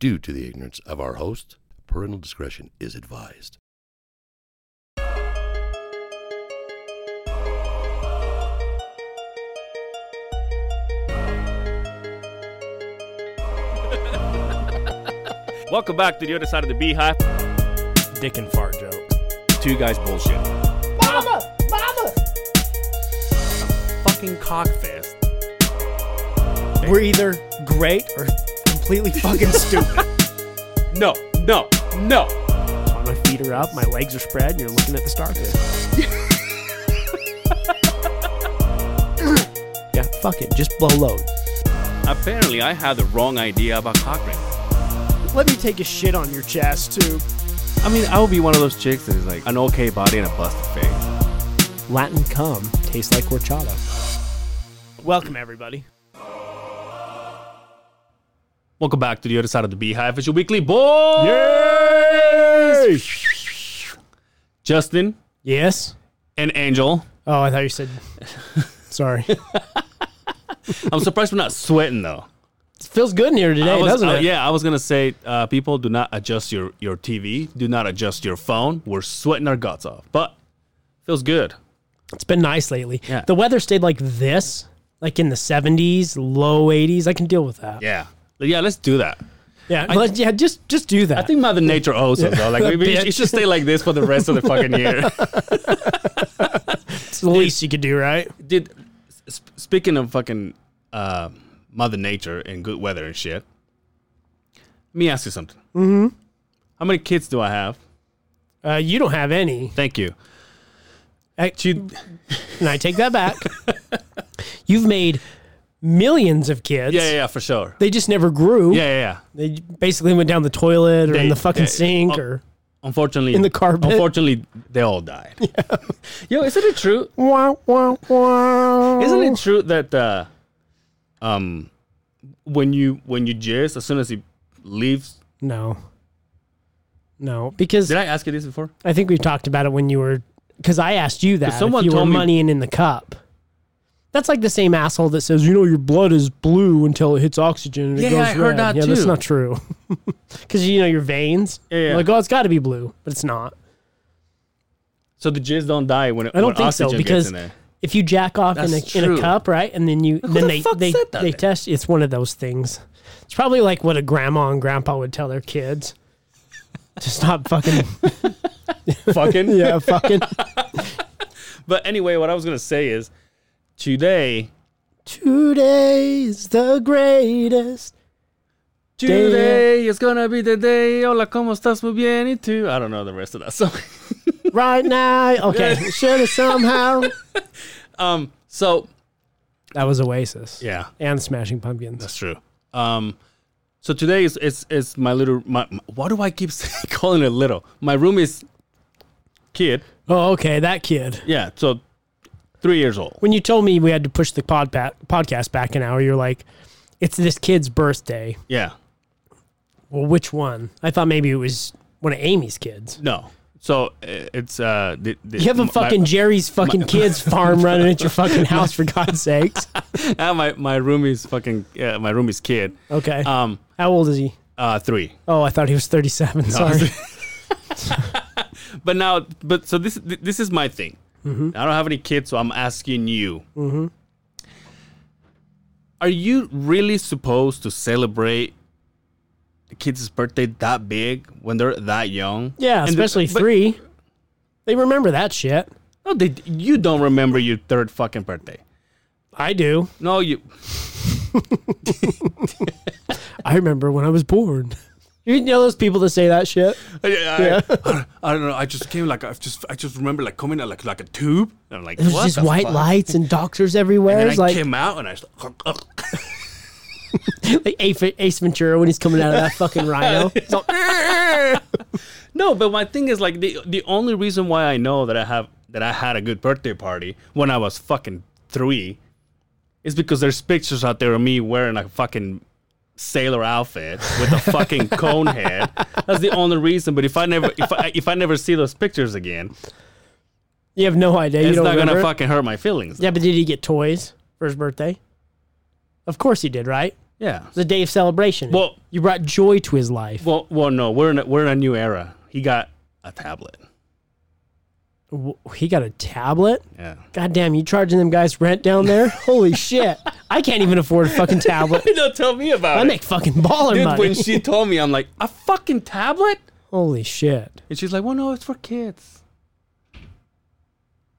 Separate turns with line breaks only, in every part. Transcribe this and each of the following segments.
due to the ignorance of our host. Parental discretion is advised.
Welcome back to the other side of the beehive.
dick and fart joke.
Two guys bullshit.
Fucking cockfist. We're either great or completely fucking stupid.
No, no, no.
my feet are up, my legs are spread, and you're looking at the stars. yeah, fuck it. Just blow load.
Apparently, I had the wrong idea about cock ring.
Let me take a shit on your chest, too.
I mean, I would be one of those chicks that is like an okay body and a busted face.
Latin cum tastes like horchata. Welcome, everybody.
Welcome back to the other side of the beehive. It's your weekly boys. Justin
Yes?
and Angel.
Oh, I thought you said. Sorry.
I'm surprised we're not sweating though.
feels good in here today,
I was-
doesn't
uh,
it?
Yeah, I was gonna say, uh, people do not adjust your your TV, do not adjust your phone. We're sweating our guts off, but feels good.
It's been nice lately.
Yeah.
The weather stayed like this, like in the 70s, low 80s. I can deal with that.
Yeah, yeah. Let's do that.
Yeah, let- yeah just just do that.
I think Mother Nature owes us though. Like we, we- it
Bitch.
should stay like this for the rest of the fucking year.
it's the least you could do, right?
Did sp- speaking of fucking uh, Mother Nature and good weather and shit. Let me ask you something. Mm-hmm. How many kids do I have?
Uh, you don't have any.
Thank you.
I,
She,
and I take that back. You've made millions of kids.
yeah, yeah, yeah, for sure.
They just never grew.
Yeah, yeah, yeah.
They basically went down the toilet or
They-
in the fucking
they-
sink
oh.
or.
Unfortunately,
In the carpet.
Unfortunately, they all died. Yo, isn't it true?
Wah, wah, wah.
Isn't it true that uh, um, when you when you jizz, as soon as he leaves,
No. No, because
did I ask you this before?
I think we've talked about it when you were because I asked you that.
someone
Someone if you
told
were
me-
moneying in the cup. That's like the same asshole that says, you know, your blood is blue until it hits oxygen and
Yeah,
it goes
I heard
red."
that
yeah, that's
too.
not true. Because you know your veins.
Yeah, yeah.
Like, oh, it's got to be blue, but it's not.
So the jizz don't die when it,
I don't
when
think so
oxygen gets
because
in there.
if you jack off in
That's
a, in
true.
a cup, right, and then you then
the
they
fuck
they
said that
they
then?
test. It's one of those things. It's probably like what a grandma and grandpa would tell their kids to stop fucking.
fucking
yeah, fucking
But anyway, what I was gonna say is today,
today's the greatest.
today is gonna be the day. Hola, cómo estás? Muy bien, y tú? I don't know the rest of that song.
right now. Okay, should have somehow.
um, so
That was Oasis
yeah,
and Smashing Pumpkins.
that's true. Um, so today is is is my little. My, my- why do I keep calling it little? My room is kid.
Oh, okay, that kid.
Yeah, so three years old.
When you told me we had to push the pod pa- podcast back an hour, you're like, "It's this kid's birthday."
Yeah,
Well, which one? I thought maybe it was one of Amy's kids.
no. So uh, it's uh. The, the,
You have a
my-
fucking Jerry's fucking kids farm running at your fucking house for God's sakes.
Uh, my, my my roomie's fucking uh, my roomie's kid.
Okay.
Um,
How old is he?
uh, three.
Oh, I thought he was 37. Sorry.
But now, but so this th- this is my thing.
Mm-hmm.
I don't have any kids, so I'm asking you. Are you really supposed to celebrate the kid's birthday that big when they're that young?
Yeah,
And the-
especially
but-
three. They remember that shit.
No, they, you don't remember your third fucking birthday.
I do.
No, you.
I remember when I was born. You know those people that say that shit?
I, I, I, I don't know. I just came like I just I just remember like coming out like like a tube. And I'm like,
There's
what
just
the
white
fuck?
lights and doctors everywhere.
And
it's
I
like,
came out and I. Just,
like Ace, Ace Ventura when he's coming out of that fucking rhino. It's all,
No, but my thing is like the the only reason why I know that I have that I had a good birthday party when I was fucking three is because there's pictures out there of me wearing a fucking sailor outfit with a fucking cone head. That's the only reason. But if I never if I if I never see those pictures again,
you have no idea. you
it's
don't
not
remember
gonna
it?
fucking hurt my feelings.
Yeah, but did he get toys for his birthday? Of course he did, right?
Yeah.
It's a day of celebration.
Well-
you brought joy to his life.
Well, well, no, we're in a, we're in a new era. He got a tablet.
W- he got a tablet.
Yeah.
God damn, you charging them guys rent down there? Holy shit! I can't even afford a fucking tablet.
Don't tell me about
I make fucking baller
Dude,
money.
when she told me, I'm like, a fucking tablet?
Holy shit!
And she's like, well, no, it's for kids.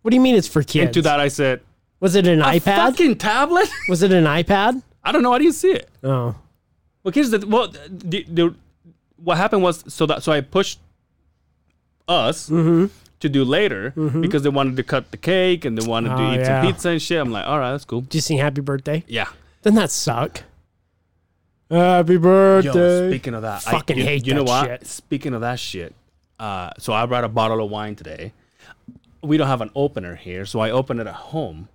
What do you mean it's for kids?
And to that, I said,
Was it an
a
iPad?
fucking tablet?
Was it an iPad?
I don't know. I didn't see it.
Oh,
Well, here's the well, the, the what happened was so that so I pushed us to do later because they wanted to cut the cake and they wanted
Oh,
to eat
yeah.
some pizza and shit. I'm like, all right, that's cool.
did you sing Happy Birthday?
Yeah.
Doesn't that suck? Happy
Yo,
birthday.
speaking of that,
Fucking
you,
hate
you know
that
what?
shit.
Speaking of that shit, uh, so I brought a bottle of wine today. We don't have an opener here, so I open it at home.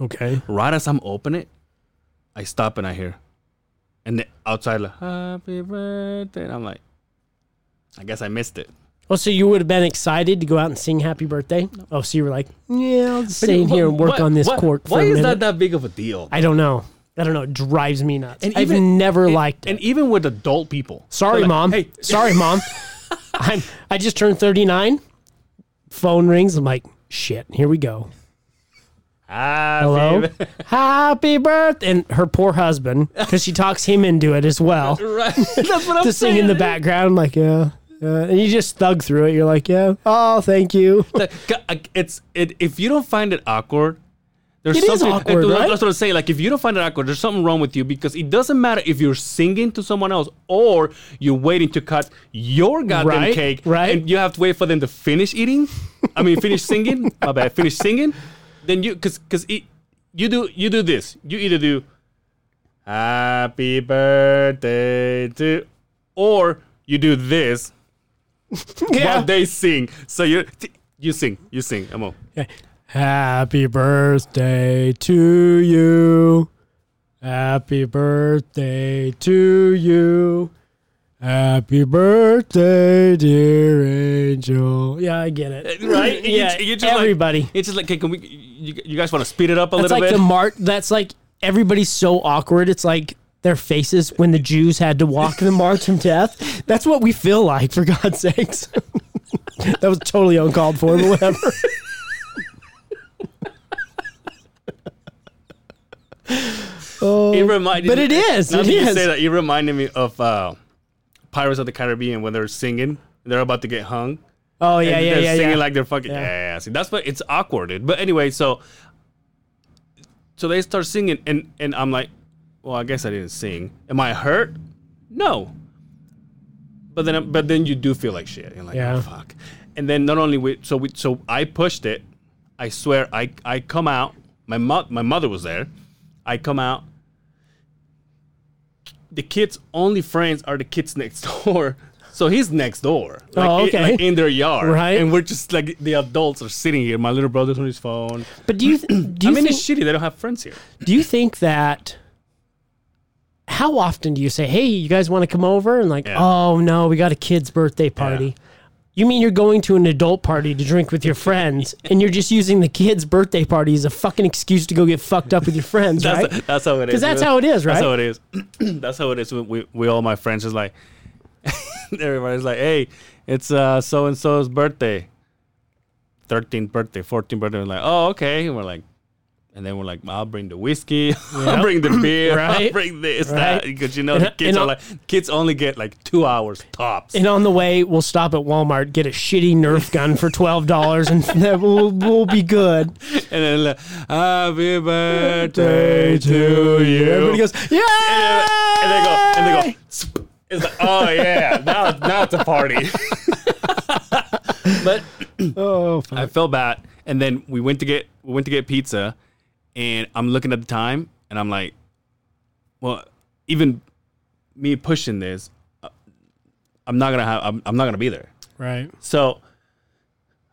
okay.
Right as I'm opening it, I stop and I hear, and the outside like happy birthday. And I'm like, I guess I missed it.
Oh, so you would have been excited to go out and sing Happy Birthday? Oh, so you were like, yeah, I'll just stay in here and work
What-
on this
what-
court for
Why
a
is
minute.
that that big of a deal?
I don't know. I don't know. It drives me nuts.
And
I've
even-
never
and-
liked it.
And even with adult people.
Sorry,
They're like,
mom.
Hey,
Sorry, mom. I'm. I just turned 39. Phone rings. I'm like, shit. Here we go.
ah,
Hello.
babe.
Happy birthday. And her poor husband, because she talks him into it as well.
right. That's what I'm
to sing in the background. I'm like, yeah. yeah. and you just thug through it. You're like, yeah. Oh, thank you.
Like, g- It's it. If you don't find it awkward, there's
It is
something.
awkward,
that's
right?
what I'm saying. Like, if you don't find it awkward, there's something wrong with you because it doesn't matter if you're singing to someone else or you're waiting to cut your goddamn
Right,
cake,
right.
And you have to wait for them to finish eating. I mean, finish singing. My bad. Finish singing. Then you, because because it, you do you do this. You either do happy birthday to, or you do this
Yeah.
while they sing. So you you sing, you sing. I'm on.
Happy birthday to you. Happy birthday to you. Happy birthday, dear angel. Yeah, I get it.
Right? You-
yeah,
you just like-
everybody.
It's just like, okay, can we? You, you guys want to speed it up a
that's
little
like
bit?
the march. That's like everybody's so awkward. It's like their faces when the Jews had to walk the march of death. That's what we feel like, for God's sakes. that was totally uncalled for, but whatever. Oh,
it reminded
but
me-
it is,
Now
it
that you
is.
say that, it reminded me of uh, Pirates of the Caribbean when they're singing, they're about to get hung.
Oh yeah,
and
yeah,
they're
yeah,
singing
yeah.
like they're fucking yeah.
Yeah.
yeah, yeah. See, that's what it's awkward. dude. But anyway, so so they start singing, and and I'm like, well, I guess I didn't sing. Am I hurt? No. But then but then you do feel like shit. You're like,
Yeah.
oh, fuck. And then not only we so we so I pushed it. I swear, I I come out. My mo- my mother was there. I come out the kids' only friends are the kids next door. So he's next door, like,
Oh,
i-
okay.
like in their yard,
Right.
And we're just like the adults are sitting here. My little brother's on his phone.
But do you th- do
I
you
mean,
think
it's shitty. They don't have friends here.
do you think that how often do you say, "Hey, you guys want to come over?" and like,
Yeah.
"Oh no, we got a kid's birthday party." You mean you're going to an adult party to drink with your friends, and you're just using the kid's birthday party as a fucking excuse to go get fucked up with your friends,
That's
right?
that's how it is.
'Cause that's how it is,
That's
right?
how it is. that's how it is. with we, we all my friends is like, everybody's like, hey, it's uh so and so's birthday, thirteenth birthday, fourteenth birthday. We're like, oh okay. And we're like, and then we're like, I'll bring the whiskey, I'll bring the beer, I'll
Right.
bring this,
Right.
that, because you know
And-
the kids
and
are
I'll-
like, kids only get like two hours tops.
And on the way, we'll stop at Walmart, get a shitty Nerf gun for twelve dollars, and then we'll, we'll be good.
And then like, happy birthday to you.
Everybody goes, yeah.
and they go, and they go. "Sp-" It's like, oh yeah, now now it's a party. but
Oh, fuck.
I felt bad, and then we went to get we went to get pizza, and I'm looking at the time, and I'm like, well, even me pushing this, uh, I'm not gonna have I'm, I'm not gonna be there.
right.
So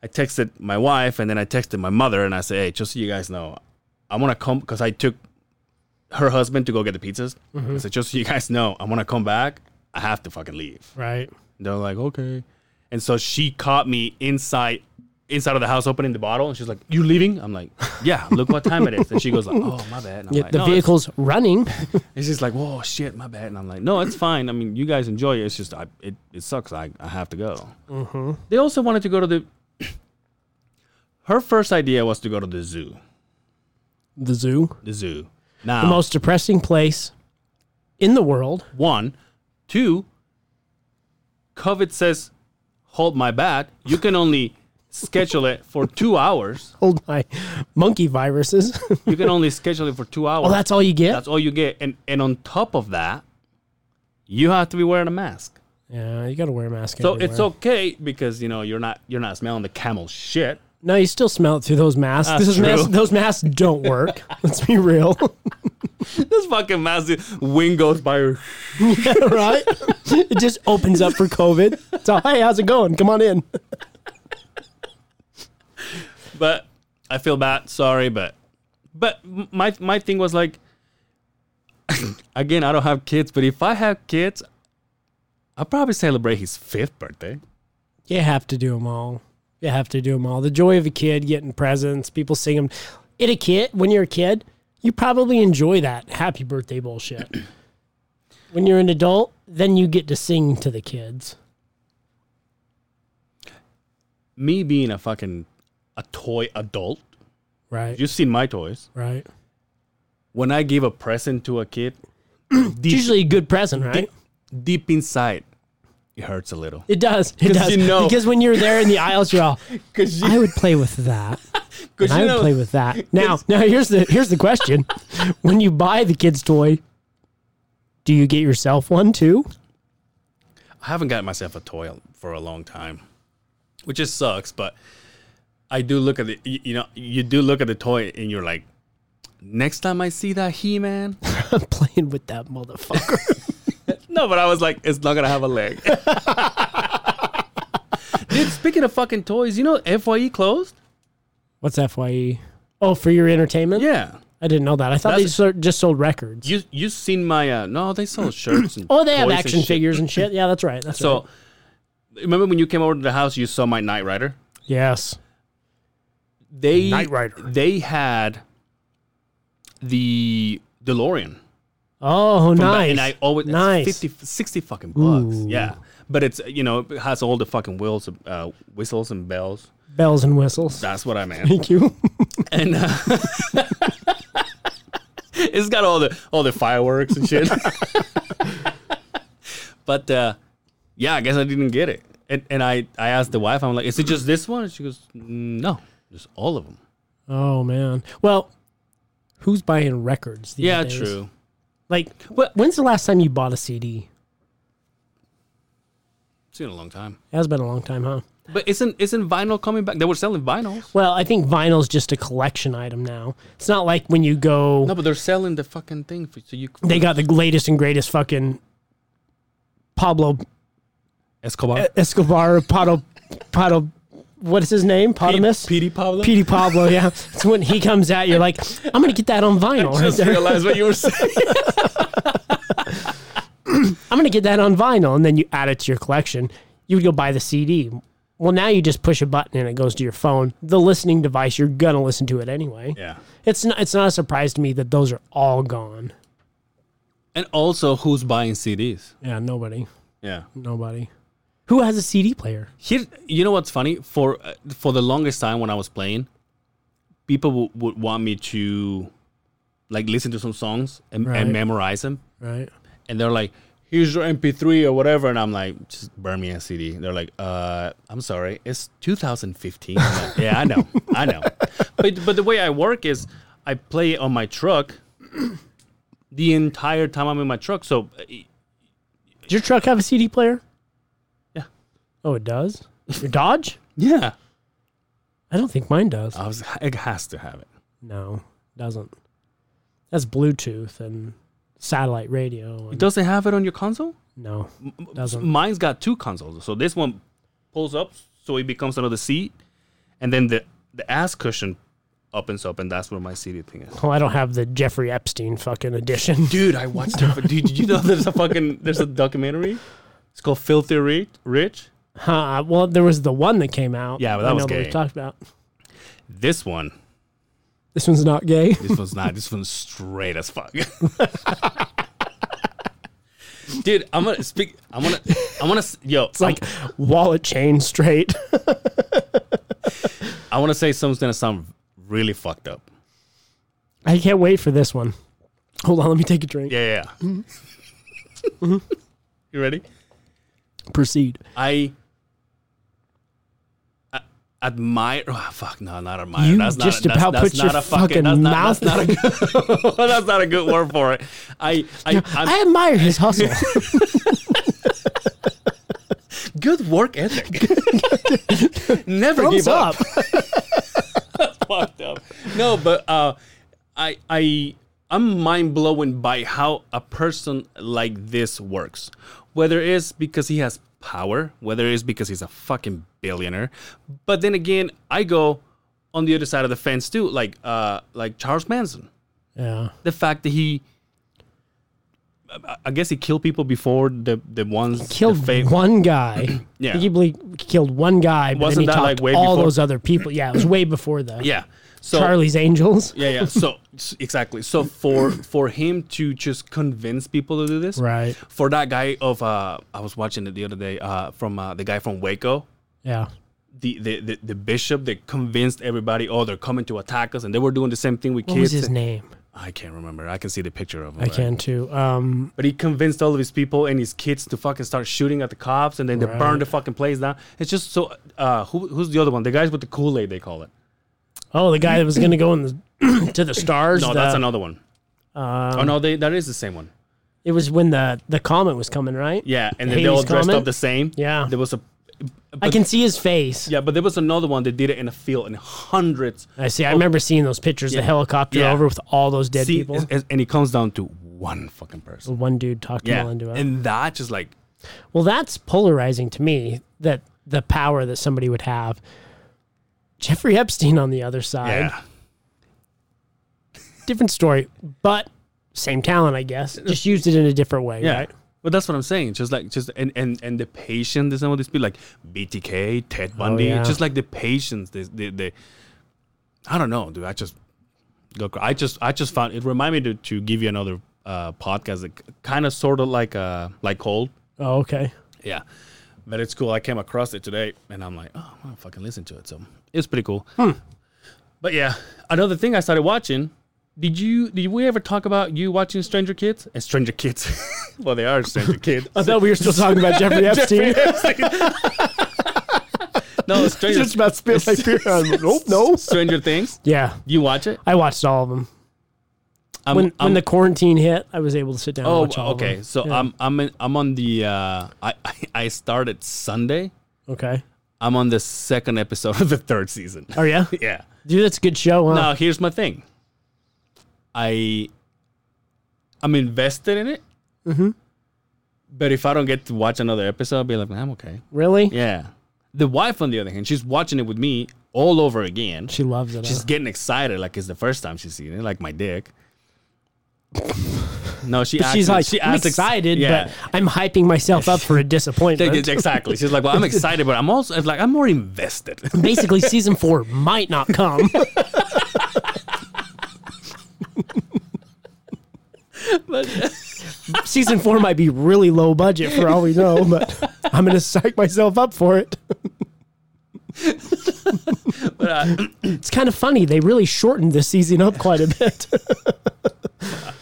I texted my wife and then I texted my mother and I said, hey, just so you guys know, I'm going to come because I took her husband to go get the pizzas.
Mm-hmm.
I said, just so you guys know, I'm going to come back. I have to fucking leave.
Right.
They're like, okay. And so she caught me inside inside of the house opening the bottle, and she's like, "You leaving?" I'm like, "Yeah, look what time it is." And she goes like, "Oh, my bad." And I'm
Yeah,
like,
the
"No, it's
vehicle's running.
It's just like, whoa, shit, my bad. And I'm like, no, it's fine. I mean, you guys enjoy it. It's just, I, it, it sucks. I, I have to go.
Mm-hmm.
They also wanted to go to the. Her first idea was to go to the zoo.
The zoo,
The zoo. Now,
the most depressing place in the world.
one, two, COVID says, hold my bat. You can only schedule it for two hours.
Hold my monkey viruses.
You can only schedule it for two hours.
oh, that's all you get.
That's all you get. And, and on top of that, you have to be wearing a mask.
yeah, you got to wear a mask.
So
everywhere.
it's okay because you know you're not you're not smelling the camel shit.
No, you still smell it through those masks.
That's
this is mas-
true.
those masks don't work. Let's be real,
This fucking massive wing goes by her.
right? It just opens up for COVID. So hey, how's it going? Come on in.
But I feel bad. Sorry, but but m- my my thing was like, again, I don't have kids, but if I have kids, I'll probably celebrate his fifth birthday.
You have to do them all. You have to do them all. The joy of a kid getting presents, people sing them. In a kid, when you're a kid, you probably enjoy that happy birthday bullshit. when you're an adult, then you get to sing to the kids.
Me being a fucking a toy adult,
Right.
you've seen my toys.
right.
When I give a present to a kid,
It's usually a good present, right?
deep inside, it hurts a little.
It does. It
'Cause
does.
you know-
Because when you're there in the aisles, you're all,
Cause
I would play with that.
cause
And I would play with that. Now, now here's the here's the question: When you buy the kid's toy, do you get yourself one too?
I haven't gotten myself a toy for a long time, which just sucks. But I do look at the, you, you know, you do look at the toy and you're like, next time I see that He Man.
I'm playing with that motherfucker.
no, but I was like, it's not gonna have a leg. Dude, speaking of fucking toys, you know Fye closed.
What's Fye? Oh, for your entertainment?
Yeah,
I didn't know that. I thought they
That's-
sor- just sold records.
you you seen my? Uh, no, they sold shirts. And
oh, they have
toys and
action
shit.
figures and shit. Yeah, that's right. That's right.
So remember when you came over to the house, you saw my Knight Rider.
yes,
they
Knight Rider.
they had the DeLorean.
oh
But-
nice.
And I always it's
Nice.
50, 60 fucking bucks.
Ooh.
Yeah. But it's you know it has all the fucking wheels, uh, whistles and bells.
bells and whistles.
That's what I meant.
Thank you.
and uh, it's got all the all the fireworks and shit. but uh, yeah, I guess I didn't get it. And and I I asked the wife. I'm like, is it just this one? And she goes, no, just all of them.
oh man. Well, who's buying records? These
Yeah,
days?
true.
Like, wh- when's the last time you bought a CD?
It's been a long time.
It has been a long time, huh?
But isn't isn't vinyl coming back? They were selling vinyls.
Well, I think vinyl's just a collection item now. It's not like when you go,
No, but they're selling the fucking thing. For, so you
they got the latest and greatest fucking Pablo Eh,
Escobar,
Escobar, Pato, Pato, what is his name? Potamus?
Petey Pablo.
Petey Pablo, yeah. It's when he comes out, you're like, I'm going to get that on vinyl. right
Just
there.
realized what you were saying.
I'm going to get that on vinyl. And then you add it to your collection. You would go buy the CD. Well, now you just push a button and it goes to your phone. The listening device, you're going to listen to it anyway.
yeah.
It's, not, it's not a surprise to me that those are all gone.
And also, who's buying CDs?
Yeah, nobody.
Yeah.
Nobody. Who has a CD player?
Here, you know what's funny? For uh, for the longest time when I was playing, people w- would want me to like listen to some songs and,
Right.
and memorize them,
Right.
and they're like, "Here's your MP3 or whatever," and I'm like, "Just burn me a CD." They're like, "Uh, I'm sorry, it's 2015." I'm like, yeah, I know, I know, but but the way I work is I play it on my truck the entire time I'm in my truck. So uh,
Does your truck have a CD player?
Yeah.
Oh, it does? Your Dodge?
yeah,
I don't think mine does.
I was it has to have it.
no, doesn't. That's Bluetooth and satellite radio. and-
Does it have it on your console?
no, doesn't.
Mine's got two consoles. So this one pulls up so it becomes another seat. And then the, the ass cushion opens up, and that's where my CD thing is.
Well, Oh, I don't have the Jeffrey Epstein fucking edition.
Dude, I watched it. Dude, did you know there's a fucking there's a documentary? It's called Filthy Ri- Rich.
Huh, Uh, well, there was the one that came out.
Yeah, but that
I
was
know, we
gay.
talked about.
This one,
This one's not gay.
this one's not. This one's straight as fuck. Dude, I'm gonna speak. I'm gonna. I'm gonna. s- Yo,
It's like wallet chain straight.
I want to say something's gonna sound really fucked up.
I can't wait for this one. Hold on, let me take a drink.
Yeah, yeah. you ready?
Proceed.
I, I admire. Oh, fuck no, not admire.
You
that's
just
not, a-
about
that's, that's
put
not
your
a fucking,
fucking
that's
mouth-
Not, that's, not a good, that's not a good word for it. I, I, I'm,
I admire his hustle.
good work ethic. Never
Thumbs
give up.
up.
fucked up. No, but uh, I I I'm mind blowing by how a person like this works. Whether it's because he has power, whether it's because he's a fucking billionaire, but then again, I go on the other side of the fence too. Like uh, like Charles Manson,
Yeah.
the fact that he. I- I guess he killed people before the the ones
Killed
the fam-
one guy.
Yeah.
He believe- killed one guy, but
Wasn't
then
that,
he
like,
talked
way
all
before?
those other people. Yeah, it was way before that.
Yeah. So
Charlie's Angels.
Yeah, yeah. So s- exactly. So for for him to just convince people to do this,
Right.
For that guy of uh, I was watching it the other day uh, from uh, the guy from Waco,
Yeah.
the the, the the bishop that convinced everybody, oh, they're coming to attack us, and they were doing the same thing with
What was
kids.
his name?
I can't remember. I can see the picture of him.
I
right?
can too. Um,
But he convinced all of his people and his kids to fucking start shooting at the cops, and then they burn the fucking place down. It's just so. Uh, who, who's the other one? The guys with the Kool Aid, they call it.
oh, the guy that was going to go in the to the stars.
No,
the-
that's another one.
Um,
oh no, they, that is the same one.
It was when the the comet was coming, right?
Yeah, and then they all
Hades
dressed
Comet?
up the same.
Yeah.
There was a
I can see his face.
yeah, but there was another one that did it in a field and hundreds.
I see. I remember seeing those pictures.
Yeah.
The helicopter
Yeah.
over with all those dead
See,
people.
it's- it's- and it comes down to one fucking person.
One dude talked them
Yeah,
all into it.
and that just like
Well, that's polarizing to me that the power that somebody would have. Jeffrey Epstein on the other side,
yeah,
different story, but same talent, I guess. Just used it in a different way,
yeah.
right?
But that's what I'm saying. Just like just and and and the patience that some of these people like BTK, Ted Bundy,
Oh, yeah.
just like the patience. The, the the I don't know, dude. I just go. cra- I just I just found it reminded me to, to give you another uh, podcast that kind of sort of like uh like cold.
Oh, okay.
Yeah. But it's cool. I came across it today and I'm like, oh, I'm going to fucking listen to it. So it's pretty cool.
Hmm.
But yeah, another thing I started watching. Did you, did we ever talk about you watching Stranger Kids? And Stranger Kids. well, they are Stranger Kids.
I thought we were still talking about Jeffrey Epstein.
no, Stranger,
Just about spit my beer on. Nope, no.
Stranger Things.
Yeah,
You watch it?
I watched all of them.
I'm,
When,
I'm-
when the quarantine hit, I was able to sit down and
oh,
watch all of
okay.
them.
So
Yeah.
I'm, I'm, in, I'm on the, uh, I, I, I started Sunday.
Okay.
I'm on the second episode of the third season.
Oh, yeah?
yeah.
Dude, that's a good show, huh?
Now here's my thing. I I'm invested in it.
Mm-hmm.
But if I don't get to watch another episode, I'll be like, I'm okay.
Really?
Yeah. The wife, on the other hand, she's watching it with me all over again.
She loves it.
She's
huh?
getting excited, like it's the first time she's seen it, like my dick. no, she.
She's
actually-
like,
she
I'm
acts ex-
excited,
yeah.
but I'm hyping myself up for a disappointment.
exactly. She's like, well, I'm excited, but I'm also it's like, I'm more invested.
basically season four might not come. season four might be really low budget for all we know, but I'm gonna psych myself up for it.
but, uh,
It's kind of funny. They really shortened this season up quite a bit.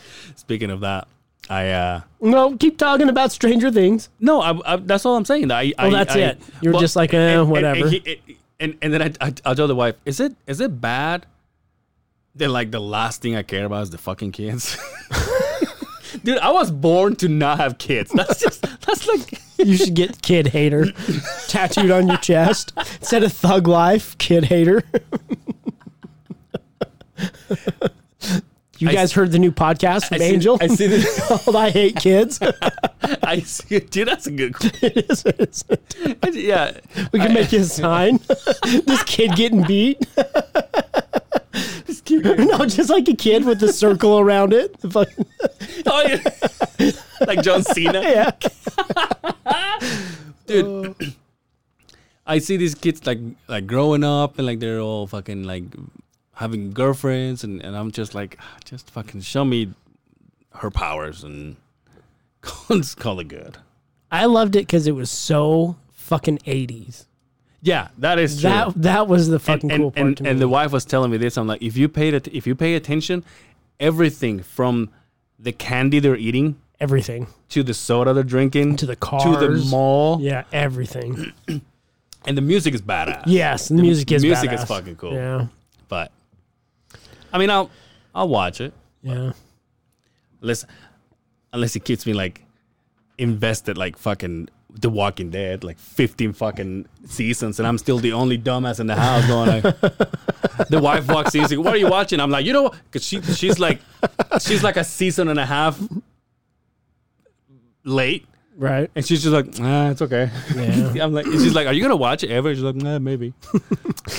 speaking of that, I uh,
no, keep talking about Stranger Things.
No, I, I, that's all I'm saying. I,
Oh,
I,
that's
I-
it. You're just like, eh, whatever.
And, he- and- and, and then I, I, I'll tell the wife, is it is it bad that like the last thing I care about is the fucking kids? Dude, I was born to not have kids. That's just that's like
You should get kid hater tattooed on your chest. Instead of thug life, kid hater. you
I
guys heard the new podcast from
I see-
Angel
I see this.
called I Hate Kids.
I see. Dude, that's a good.
It is- it is-
Yeah,
we can make you a sign. this kid getting beat. no, just like a kid with a circle around it. Fuck-
Oh, yeah. like John Cena.
yeah.
Dude, I see these kids like like growing up and like they're all fucking like having girlfriends and, and I'm just like "Ah, just fucking show me her powers and let's call it good.
I loved it because it was so fucking eighties.
Yeah, that is true.
That that was the
and,
fucking
and-
cool part
and-
to me.
and the wife was telling me this. I'm like, if you paid it, if you pay attention, everything from the candy they're eating
everything
to the soda they're drinking
to the cars,
to the mall,
Yeah, everything.
and the music is badass.
Yes, the, music is
music is
badass.
fucking cool.
Yeah,
But I mean, I'll I'll watch it
yeah.
unless unless it keeps me like invested, like fucking The Walking Dead, like fifteen fucking seasons, and I'm still the only dumbass in the house going like. the wife walks in, she's like, "What are you watching?" I'm like, "You know what?" Because she she's like she's like a season and a half late.
Right.
And she's just like, ah, it's okay.
Yeah.
I'm like, she's like, are you gonna watch it ever? She's like, nah, maybe.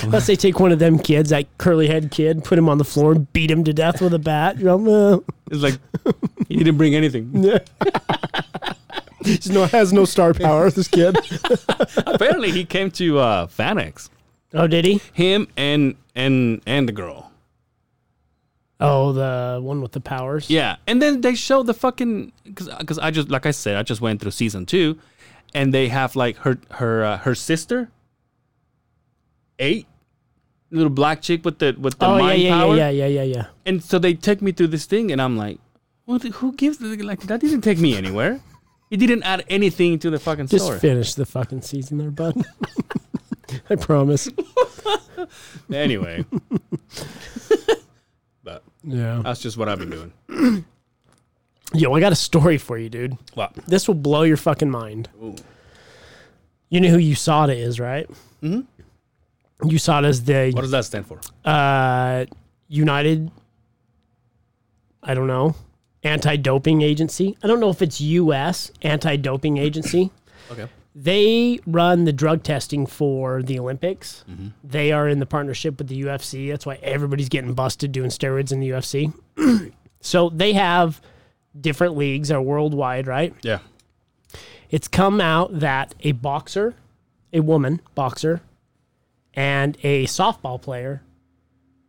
Unless they take one of them kids, that curly head kid, put him on the floor and beat him to death with a bat. You know,
It's like, he didn't bring anything.
He's no, has no star power, this kid.
Apparently, he came to uh, Fanex.
oh, did he?
him and and and the girl.
Oh, the one with the powers.
Yeah, and then they show the fucking because I just like I said I just went through season two, and they have like her her uh, her sister. Eight, little black chick with the with the
Oh, yeah,
mind
yeah,
power,
yeah, yeah, yeah, yeah, yeah.
and so they took me through this thing, and I'm like, what? the- Who gives the, like that? Didn't take me anywhere. It didn't add anything to the fucking
Just
story.
finish the fucking season there, bud. I promise.
Anyway, but
Yeah.
that's just what I've been doing.
Yo, I got a story for you, dude.
What?
This will blow your fucking mind. You know who USADA is, right? Mm-hmm. USADA is
What
the
does that stand for?
uh, United, I don't know, anti doping agency. I don't know if it's US anti doping agency.
Okay.
They run the drug testing for the Olympics. They are in the partnership with the UFC. That's why everybody's getting busted doing steroids in the UFC. so they have different leagues that are worldwide, right?
Yeah.
It's come out that a boxer, a woman boxer, and a softball player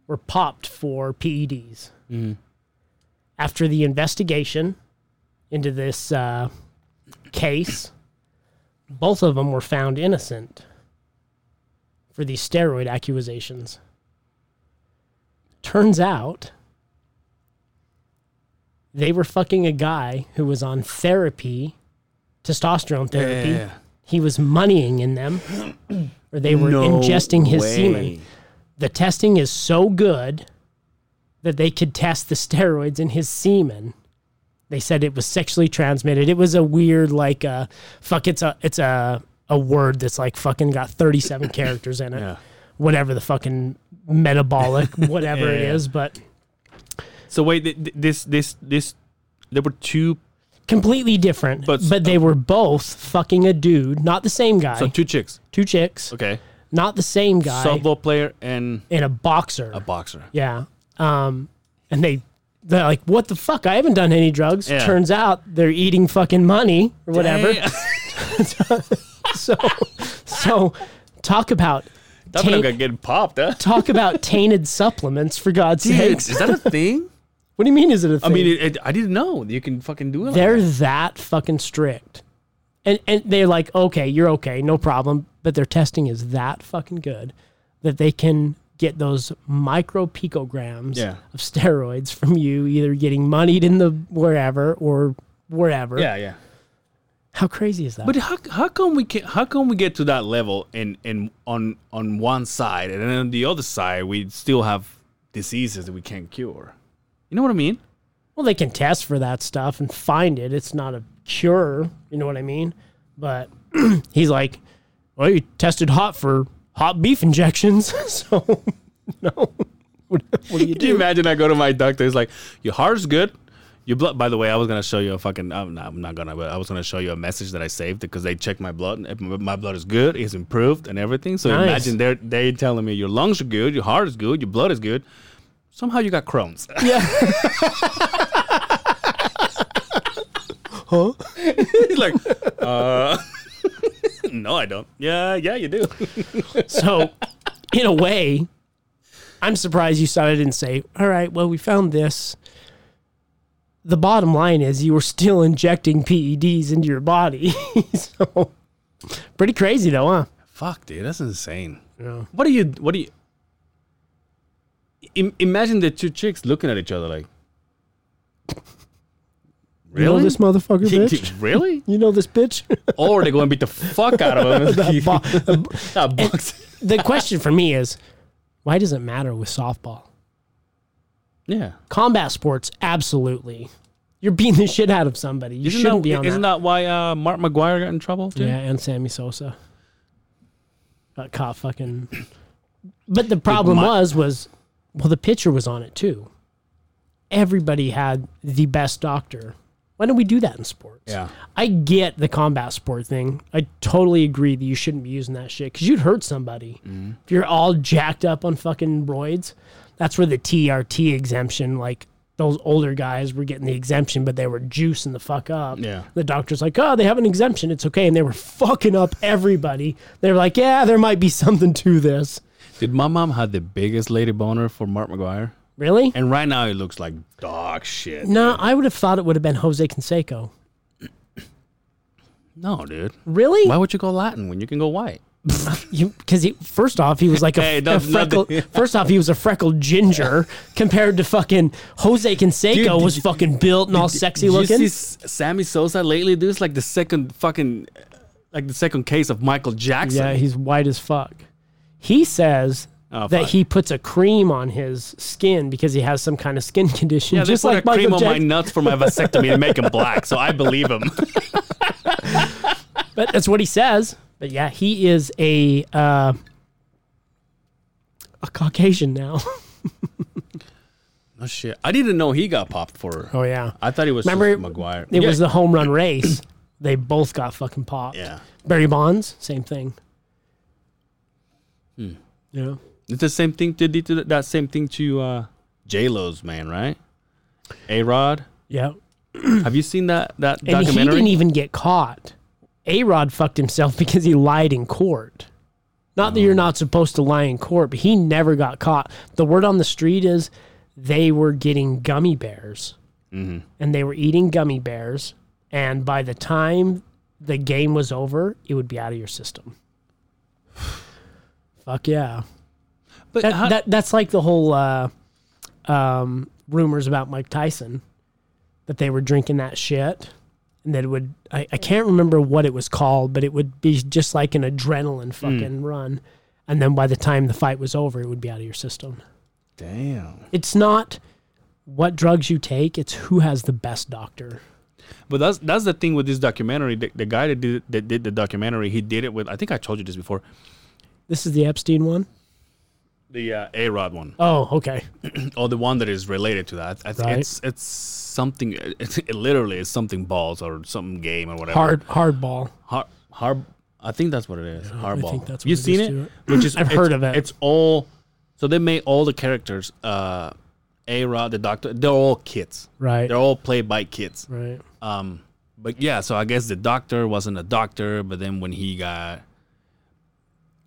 were popped for PEDs. After the investigation into this uh, case, both of them were found innocent for these steroid accusations. Turns out they were fucking a guy who was on therapy, testosterone therapy.
yeah, yeah.
He was moneying in them, or they were ingesting his semen the testing is so good that they could test the steroids in his semen. They said it was sexually transmitted. It was a weird like uh fuck it's a it's a a word that's like fucking got 37 characters in it.
Yeah.
Whatever the fucking metabolic whatever it
Yeah.
is, but
So wait, th- th- this this this there were two
completely different.
But-
But, they were both fucking a dude, not the same guy.
so uh, two chicks.
two chicks,
Okay,
not the same guy,
softball player and
and a boxer.
a boxer.
Yeah. Um, and they they're like, "What the fuck? I haven't done any drugs."
Yeah.
Turns out they're eating fucking money or whatever.
Damn.
So so talk about
That fella
taint-
got getting popped, huh?
talk about tainted supplements for God's
Dude,
sakes.
is that a thing?
What do you mean is it a thing?
I mean, it, it, I didn't know you can fucking do it. like
they're
that.
that fucking strict. And and they're like, "Okay, you're okay. No problem." But their testing is that fucking good that they can get those micro picograms
Yeah.
of steroids from you either getting moneyed in the wherever or wherever.
Yeah, yeah.
How crazy is that?
But how, how come we can how come we get to that level and and on on one side and then on the other side we still have diseases that we can't cure? You know what I mean?
well, they can test for that stuff and find it. It's not a cure. You know what I mean? But he's like, well, you tested hot for hot beef injections. so, no. What, what do you
Can you
do?
imagine I go to my doctor? He's like, your heart's good. Your blood. By the way, I was gonna show you a fucking. I'm not, I'm not gonna. But I was gonna show you a message that I saved because they checked my blood. and my- My blood is good. It's improved and everything. So
Nice.
imagine they're they telling me your lungs are good, your heart is good, your blood is good. Somehow you got Crohn's. Yeah. huh? He's like, uh, no, I don't. Yeah, yeah, you do.
So, in a way, I'm surprised you started and say, "All right, well, we found this." The bottom line is you were still injecting PEDs into your body. so, pretty crazy though, huh?
Fuck, dude, that's insane. What do you? What do you? Im- imagine the two chicks looking at each other like.
You know this motherfucker, bitch.
really?
You know this bitch.
Or they go and beat the fuck out of him.
Bo-
That box.
the question for me is, why does it matter with softball?
Yeah.
Combat sports, absolutely. You're beating the shit out of somebody. You
Isn't, that,
shouldn't be on
isn't
that.
that why uh, Mark McGuire got in trouble? Too?
Yeah, and Sammy Sosa got caught fucking. But the problem
my-
was was well the pitcher was on it too. Everybody had the best doctor. Why don't we do that in sports?
Yeah.
I get the combat sport thing. I totally agree that you shouldn't be using that shit because you'd hurt somebody.
Mm-hmm.
If you're all jacked up on fucking roids, that's where the TRT exemption, like those older guys were getting the exemption, but they were juicing the fuck up.
Yeah.
The doctor's like, oh, they have an exemption. It's okay. And they were fucking up everybody. They were like, yeah, there might be something to this.
Did my mom had the biggest lady boner for Mark McGuire?
Really?
And right now he looks like dog shit.
No, I would have thought it would have been Jose Canseco.
No, dude.
Really?
Why would you go Latin when you can go white?
because he first off he was like a,
Hey,
a
don't- not
freckled.
the-
first off he was a freckled ginger compared to fucking Jose
Dude,
Canseco
did
was
you-
fucking built and all sexy
Did
looking.
You see S- Sammy Sosa lately, dude. It's like the second fucking, like the second case of Michael Jackson.
yeah, he's white as fuck. He says
Oh,
that
fuck.
he puts a cream on his skin because he has some kind of skin condition,
Yeah, they
just
put
like
a cream
Michael
on my
Jackson.
nuts for my vasectomy and make him black, so I believe him.
But that's what he says. But yeah, he is a uh, a Caucasian now.
oh shit! I didn't know he got popped for.
oh yeah,
I thought he was
Remember,
just McGuire.
It
Yeah.
was the home run race. They both got fucking popped.
Yeah.
Barry Bonds, same thing. Yeah.
It's the same thing to did to that same thing to uh, J Lo's man, right? A Rod.
Yeah.
Have you seen that that
Mm. And he
documentary?
didn't even get caught. A Rod fucked himself because he lied in court. Not that you're not supposed to lie in court, but he never got caught. The word on the street is they were getting gummy bears and they were eating gummy bears. And by the time the game was over, it would be out of your system. Fuck yeah.
but
that,
how-
that that's like the whole uh, um, rumors about Mike Tyson that they were drinking that shit and that it would I, I can't remember what it was called, but it would be just like an adrenaline fucking run. And then by the time the fight was over, it would be out of your system.
Damn.
It's not what drugs you take; it's who has the best doctor.
But that's that's the thing with this documentary. The, the guy that did that did the documentary, he did it with. I think I told you this before.
This is the Epstein one.
The uh, A Rod one,
Oh, okay.
or the one that is related to that. I, th
Right.
It's it's something. It, it literally is something balls or some game or whatever.
Hard hardball.
Har, har, I think that's what it is. Hardball.
think that's
you
what it
seen
is
it?
too.
Which is
I've
it's-
heard of it.
It's all. So they made all the characters. Uh, A Rod, the Doctor. They're all kids.
Right.
They're all played by kids.
Right.
Um, but yeah, so I guess the doctor wasn't a doctor, but then when he got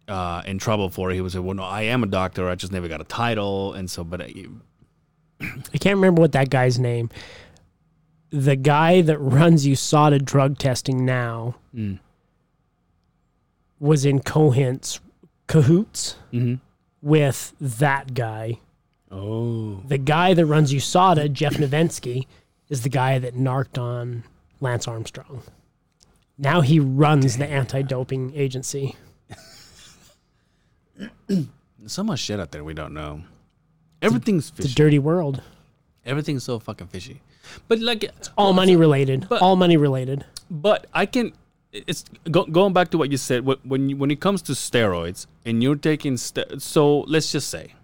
uh, in trouble for it, he was like, "Well, no, I am a doctor. I just never got a title." And so, but uh, you-
I can't remember what that guy's name. The guy that runs USADA drug testing now was in cohents, cahoots with that guy.
oh,
The guy that runs USADA, Jeff Novensky, is the guy that narked on Lance Armstrong. Now he runs the anti-doping agency.
so much shit out there we don't know. Everything's
It's a
fishy.
dirty world.
Everything's so fucking fishy. But like,
All money related.
but-
All money related.
but I can. It's go, going back to what you said. wh- When you, when it comes to steroids, and you're taking ste- so let's just say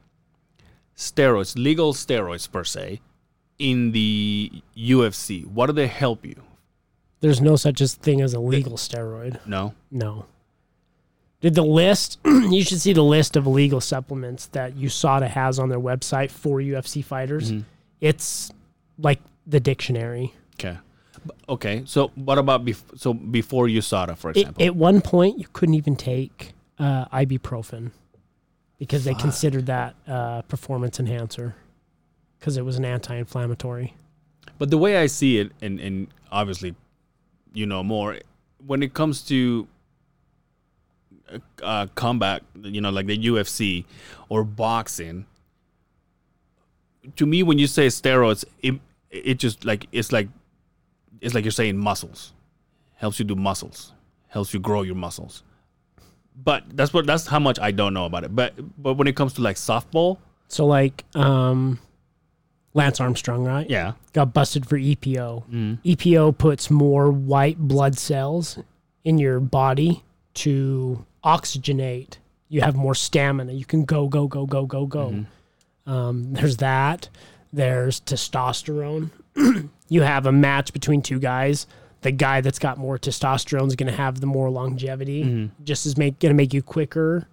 steroids, legal steroids per se, in the UFC, what do they help you?
There's no such as thing as a legal steroid.
No,
No. Did the list? you should see the list of illegal supplements that USADA has on their
Mm-hmm.
website for UFC fighters. It's like the dictionary.
okay. Okay, so what about bef- so before USADA, for
It,
example?
at one point, you couldn't even take uh, ibuprofen because they considered that uh, performance enhancer because it was an anti-inflammatory.
But the way I see it, and and obviously, you know more when it comes to uh, combat, you know, like the UFC or boxing. To me, when you say steroids, it it just like it's like it's like you're saying muscles helps you do muscles, helps you grow your muscles. But that's what that's how much I don't know about it. But but when it comes to like softball,
So like um, Lance Armstrong, right?
yeah,
got busted for E EPO. EPO puts more white blood cells in your body to oxygenate. You have more stamina. You can go, go, go, go, go, go. Um, there's that. There's testosterone. you have a match between two guys. The guy that's got more testosterone is going to have the more longevity. Just is make going to make you quicker,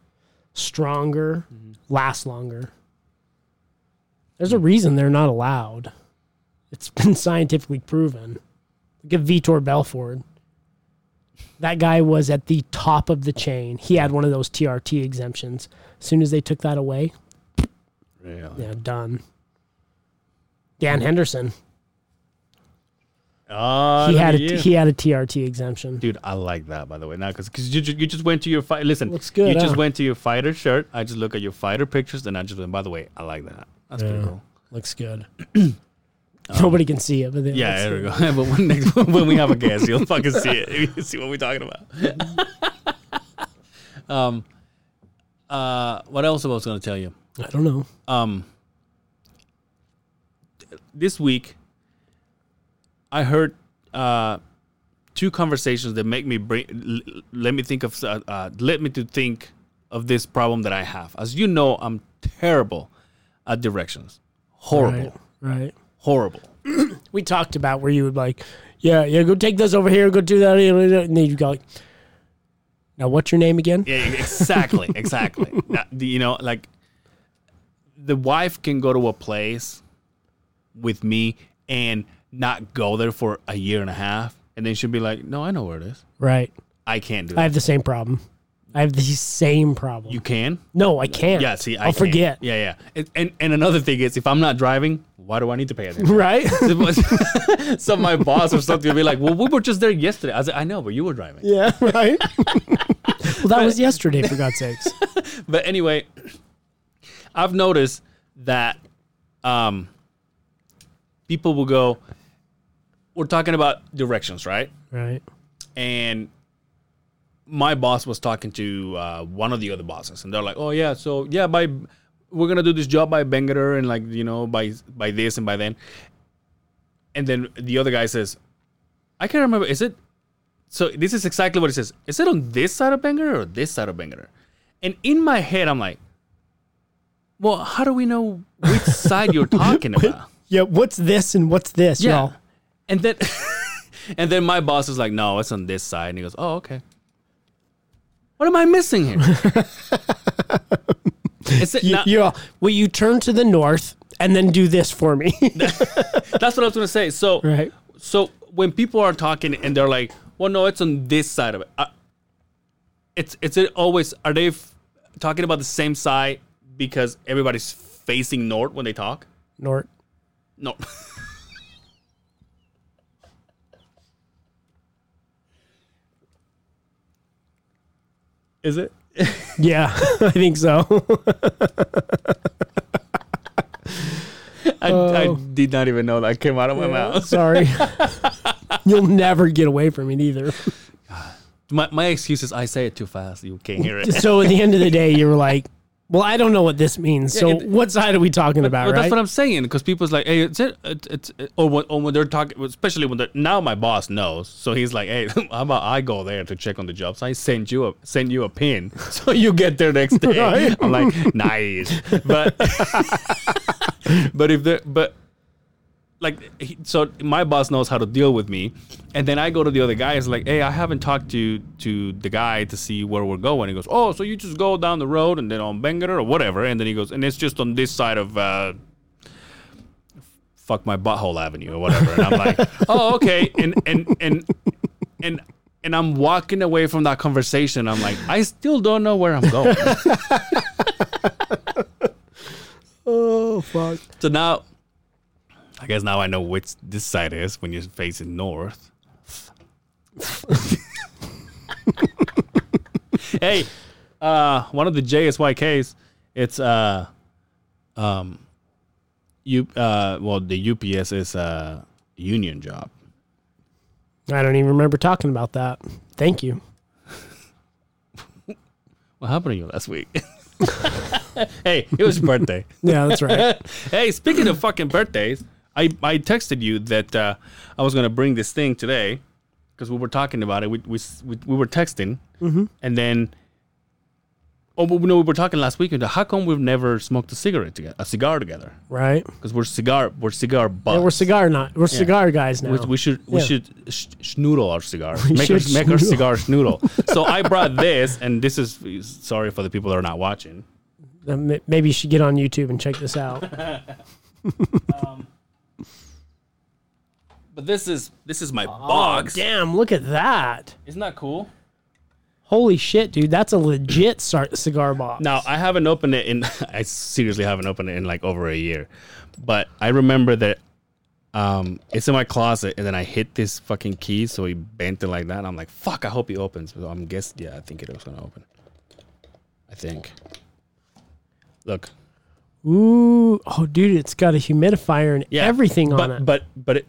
stronger, last longer. There's a reason they're not allowed. It's been scientifically proven. Look at Vitor Belford. That guy was at the top of the chain. He had one of those TRT exemptions. As soon as they took that away, yeah, done. Dan Henderson,
Ah,
he
look
had a,
at you.
he had a TRT exemption.
Dude, I like that by the way. Now, because you, ju- you just went to your fight. Listen,
Looks good,
You just
huh?
went to your fighter shirt. I just look at your fighter pictures, and I just went. By the way, I like that. That's pretty cool.
Looks good. Nobody can see it, but they-
Yeah,
it's-
there we go. but when, next, when we have a guest, you'll fucking see it. You'll see what we're talking about. um, uh, what else I was gonna tell you?
I don't know.
Um, this week, I heard uh, two conversations that make me bring, l- l- let me think of uh, uh, let me to think of this problem that I have. As you know, I'm terrible at directions. Horrible,
Right, right.
horrible.
We talked about where you would like, yeah, yeah, go take this over here, go do that, and then you go like, now what's your name again?
Yeah, exactly, exactly. That- the- you know, like the wife can go to a place with me and not go there for a year and a half, and then she'll be like, "No, I know where it is.
Right.
I can't do
I
that."
have the same problem. I have the same problem.
you can?
no, I can't.
Yeah. See, I
will
can't.
forget.
Yeah, yeah. And, and and another thing is, if I'm not driving, why do I need to pay attention?
Right?
so my boss or something will be like, "Well, we were just there yesterday." I was like, "I know, but you were driving."
yeah, right. well, that was yesterday, for God's sakes.
But anyway, I've noticed that um, people will go, we're talking about directions, right?
Right.
And my boss was talking to uh, one of the other bosses, and they're like, oh, yeah, so yeah, by. We're gonna do this job by Bengator and like you know by by this and by then, and then the other guy says, "I can't remember. Is it so this is exactly what it says. Is it on this side of Bangor or this side of Bangor? And in my head, I'm like, well, how do we know which side you're talking about?
Yeah, what's this and what's this, y'all?
And then, and then my boss is like, no, it's on this side. And he goes, oh, okay. What am I missing here? It's
You,
not-
you all, will you turn to the north and then do this for me?
that's what I was gonna say. So,
Right.
so when people are talking and they're like, "Well, no, it's on this side of it," uh, it's it's it always are they f- talking about the same side because everybody's facing north when they talk?
north.
No. Is it?
Yeah, I think so.
I, I did not even know that came out of my mouth.
Sorry. You'll never get away from it either.
My, my excuse is I say it too fast. You can't hear it.
So at the end of the day, you were like, well, I don't know what this means. so
it-
what side are we talking about,
Well,
right?
that's what I'm saying because people's like, hey, it's it, it's, it's it," or when, or when they're talking, especially when they're, now my boss knows, so he's like, hey, how about I go there to check on the jobs? I send you a send you a pin, so you get there next day. I'm like, nice, but but if the but like he, so my boss knows how to deal with me and then i go to the other guy it's like hey i haven't talked to to the guy to see where we're going he goes oh so you just go down the road and then on bengator or whatever and then he goes and it's just on this side of uh fuck my butthole avenue or whatever. And I'm like, oh, okay. And, and, and, and, and I'm walking away from that conversation. I'm like, I still don't know where I'm going.
Oh fuck.
So now, I guess now I know which this side is when you're facing north. hey, uh, one of the JSYKs, it's uh, um, you uh, well the UPS is a union job.
I don't even remember talking about that. Thank you.
What happened to you last week? hey, it was your birthday.
Yeah, that's right.
hey, speaking of fucking birthdays, I, I texted you that uh, I was gonna bring this thing today because we were talking about it. We we s- we, we were texting,
Mm-hmm.
and then oh, but no, we were talking last weekend. How come we've never smoked a cigarette together, a cigar together?
right.
Because we're cigar we're cigar buds.
And we're cigar not. We're cigar guys now.
We, we should we
Yeah.
should sh- schnoodle our cigar. Make, our,
should
make our
schnoodle.
cigar schnoodle. so I brought this, and this is sorry for the people that are not watching.
Uh, m- Maybe you should get on YouTube and check this out.
But this is this is my box.
Damn, look at that.
Oh, Isn't that cool?
Holy shit, dude. That's a legit sar- cigar box.
Now I haven't opened it in. I seriously haven't opened it in like over a year, but I remember that um, it's in my closet, and then I hit this fucking key, so he bent it like that. And I'm like, "Fuck! I hope he opens." So I'm guess, yeah, I think it was gonna open. I think. Look,
Ooh. Oh, dude, it's got a humidifier and
yeah,
everything
but,
on it.
but but it,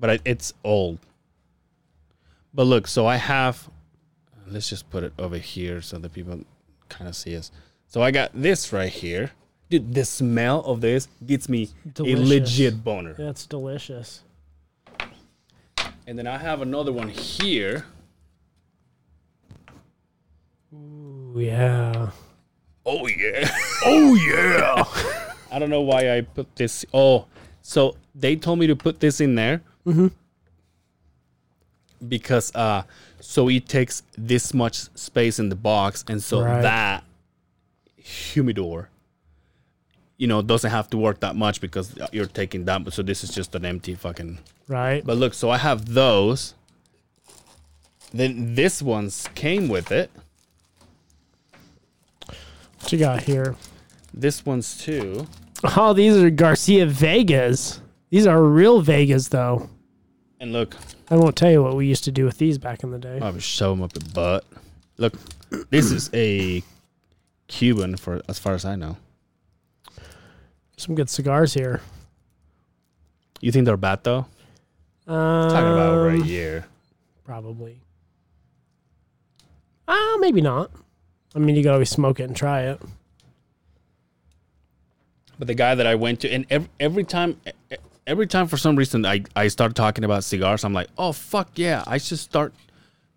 but I, it's old. But look, so I have. Let's just put it over here so that people kind of see us. So I got this right here, dude. The smell of this gets me a
Delicious.
legit boner.
That's delicious.
And then I have another one here.
Ooh, yeah.
Oh yeah. oh yeah. I don't know why I put this. Oh, so they told me to put this in there. Because uh, so it takes this much space in the box, and so
Right.
that humidor, you know, doesn't have to work that much because you're taking that. So this is just an empty fucking.
Right?
But look, so I have those. Then this one's came with it.
What you got here?
This one's too.
Oh, these are Garcia Vegas. These are real Vegas, though.
And look,
I won't tell you what we used to do with these back in the day.
I would show him up the butt. Look, this is a Cuban for as far as I know.
Some good cigars here.
You think they're bad though?
Um,
Talking about over a year.
Probably. Ah, maybe not. I mean, you could always smoke it and try it.
But the guy that I went to, and every, every time, e- e- every time for some reason I I start talking about cigars. I'm like, oh fuck yeah, I should start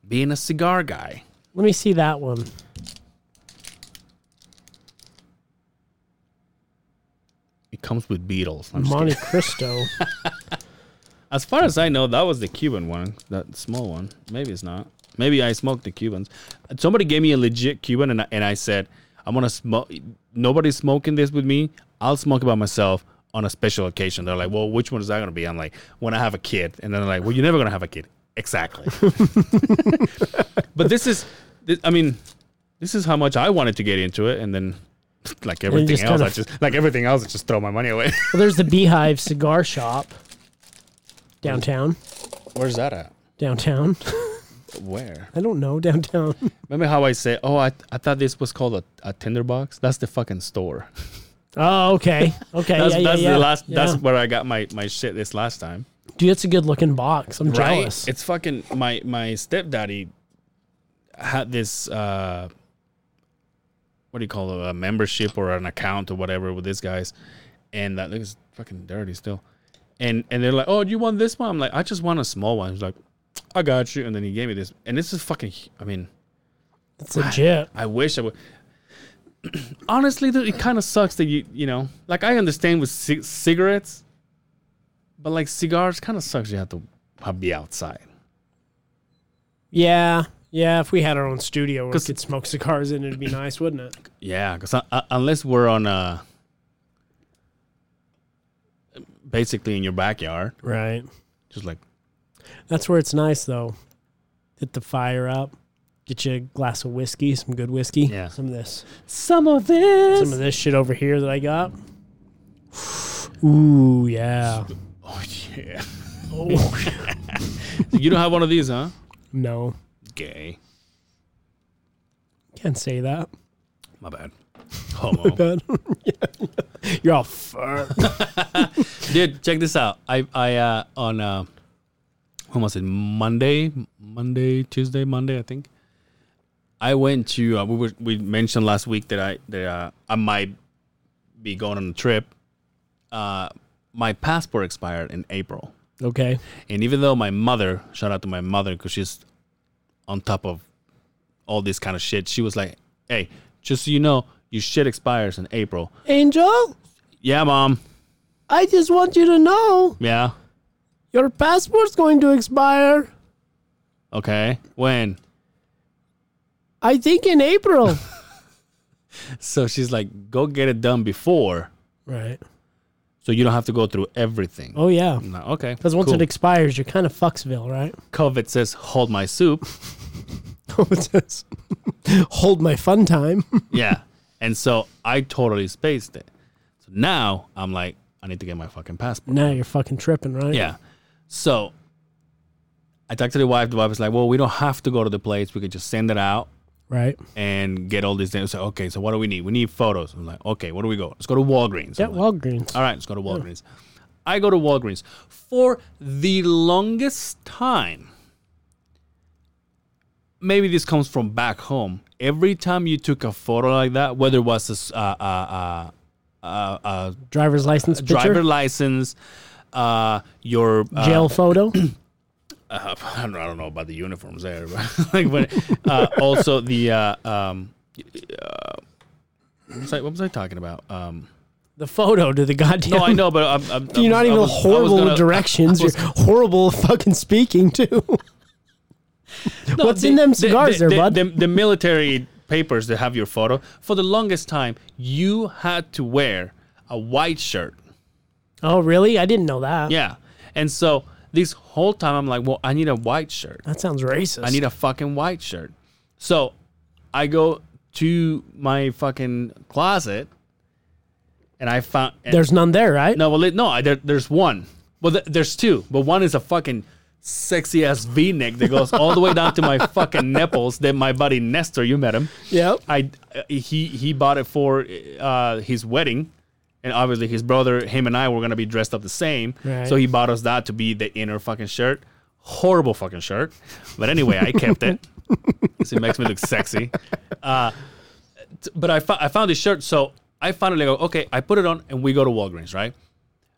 being a cigar guy.
Let me see that one.
It comes with Beatles. I'm just
Monte
kidding.
Cristo.
As far as I know, that was the Cuban one, that small one. Maybe it's not. Maybe I smoked the Cubans. Somebody gave me a legit Cuban, and I, and I said, "I'm gonna smoke. Nobody's smoking this with me. I'll smoke it by myself on a special occasion." They're like, "Well, which one is that gonna be?" I'm like, "When I have a kid." And then they're like, "Well, you're never gonna have a kid." Exactly. but this is, thi- I mean, this is how much I wanted to get into it, and then. Like everything
just
else,
kinda-
I just like everything else, I just throw my money away.
well, there's the Beehive Cigar Shop downtown.
Where's that at?
Downtown.
Where?
I don't know. Downtown.
Remember how I said, "Oh, I, I thought this was called a, a tinderbox." That's the fucking store.
Oh, okay. Okay.
That's,
yeah, yeah,
that's
yeah.
the last.
Yeah.
That's where I got my my shit this last time.
Dude, that's a good looking box. I'm jealous.
Right? It's fucking my my stepdaddy had this. uh What do you call it? A membership or an account or whatever with these guys, and that looks fucking dirty still. And and they're like, "Oh, do you want this one?" I'm like, "I just want a small one." He's like, "I got you," and then he gave me this, and this is fucking. hu- I mean.
It's legit.
I wish I would. Honestly, though, it kind of sucks that you you know, like I understand with c- cigarettes, but like cigars, kind of sucks. You have to have- be outside.
Yeah. Yeah. If we had our own studio where we
'Cause-
could smoke cigars in, it'd be nice, wouldn't it?
Yeah, because uh, unless we're on a basically in your backyard.
Right.
Just like
That's where it's nice though. Hit the fire up. Get you a glass of whiskey, some good whiskey.
Yeah.
Some of this.
some of this.
Some of this shit over here that I got. Ooh, yeah.
oh yeah. Oh, you don't have one of these, huh?
No.
Gay.
Can't say that.
My bad. Homo.
But You're all fuck.
Dude, check this out. I I uh, on uh, when was it Monday? Monday, Tuesday, Monday, I think. I went to uh, we were, we mentioned last week that I that uh, I might be going on a trip. Uh, my passport expired in April,
Okay.
and even though my mother, shout out to my mother because she's on top of all this kind of shit, she was like, "Hey, just so you know, your shit expires in April."
Angel,
Yeah, mom.
I just want you to know
Yeah.
your passport's going to expire.
Okay. When?
I think in April.
So she's like, go get it done before
right.
so you don't have to go through everything.
Oh yeah.
I'm like, okay.
Because once
Mm. cool.
it expires, you're kind of fucksville, right?
COVID says, hold my soup. Oh,
it says, hold my fun time.
yeah. And so I totally spaced it. So now I'm like, I need to get my fucking passport.
now you're fucking tripping, right?
Yeah. So I talked to the wife. The wife was like, well, we don't have to go to the place. We could just send it out
Right.
and get all these things. So, okay, so what do we need? We need photos. I'm like, okay, where do we go? Let's go to Walgreens.
Yeah,
I'm like,
Walgreens.
All right, let's go to Walgreens. I go to Walgreens for the longest time. Maybe this comes from back home. Every time you took a photo like that, whether it was a, s- uh, uh, uh, uh, uh,
Driver's license picture.
driver license, uh, your uh,
Jail photo.
uh, I don't know, I don't know about the uniforms there, but like when, uh, also the uh, um, uh, what, was I, what was I talking about? Um,
the photo to the goddamn.
no, I know, but I'm, I'm, I
You're not
was- I
even
was- I was
horrible
gonna-
with directions.
I was-
you're horrible with fucking speaking too.
No,
What's in them cigars
the,
there, bud?
The, the military papers that have your photo. For the longest time, you had to wear a white shirt.
oh, really? I didn't know that.
Yeah. And so this whole time, I'm like, well, I need a white shirt.
That sounds racist.
I need a fucking white shirt. So I go to my fucking closet and I found. and-
There's none there, right?
no, well, it- no, I, there, there's one. Well, th- there's two, but one is a fucking sexy ass V neck that goes all the way down to my fucking nipples. That my buddy Nestor, you met him.
Yep.
I uh, he he bought it for uh, his wedding, and obviously his brother, him and I were gonna be dressed up the same.
Right.
So he bought us that to be the inner fucking shirt. Horrible fucking shirt, but anyway, I kept it. 'cause it makes me look sexy. Uh, t- but I, fo- I found this shirt, so I finally go, okay, I put it on, and we go to Walgreens, right?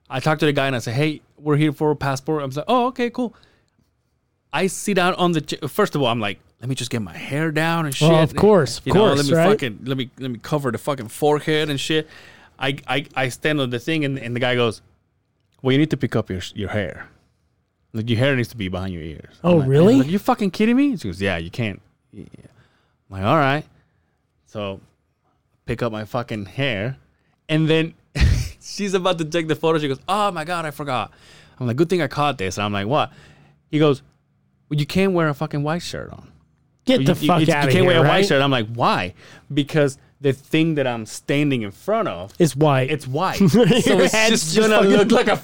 I talk to the guy and I say, hey, we're here for a passport. I'm like, oh, okay, cool. I sit down on the ch- first of all, I'm like, let me just get my hair down and shit.
Well, of course, of
You know,
course,
let me
right?
fucking let me let me cover the fucking forehead and shit. I I, I stand on the thing and, and the guy goes, well, you need to pick up your your hair. Like your hair needs to be behind your ears. I'm
Oh,
like,
really?
Like, you fucking kidding me? She goes, yeah, you can't. Yeah. I'm like, all right. So pick up my fucking hair. And then she's about to take the photo. She goes, Oh my God, I forgot. I'm like, Good thing I caught this. And I'm like, What? He goes, Well, you can't wear a fucking white shirt on.
Get
you,
the
you-
fuck
you-
out
You can't
of here.
wear a
right?
white shirt. I'm like, Why? Because the thing that I'm standing in front of,
It's white.
it's white. so
Your
it's
head's
just
just
gonna
fucking-
look like a.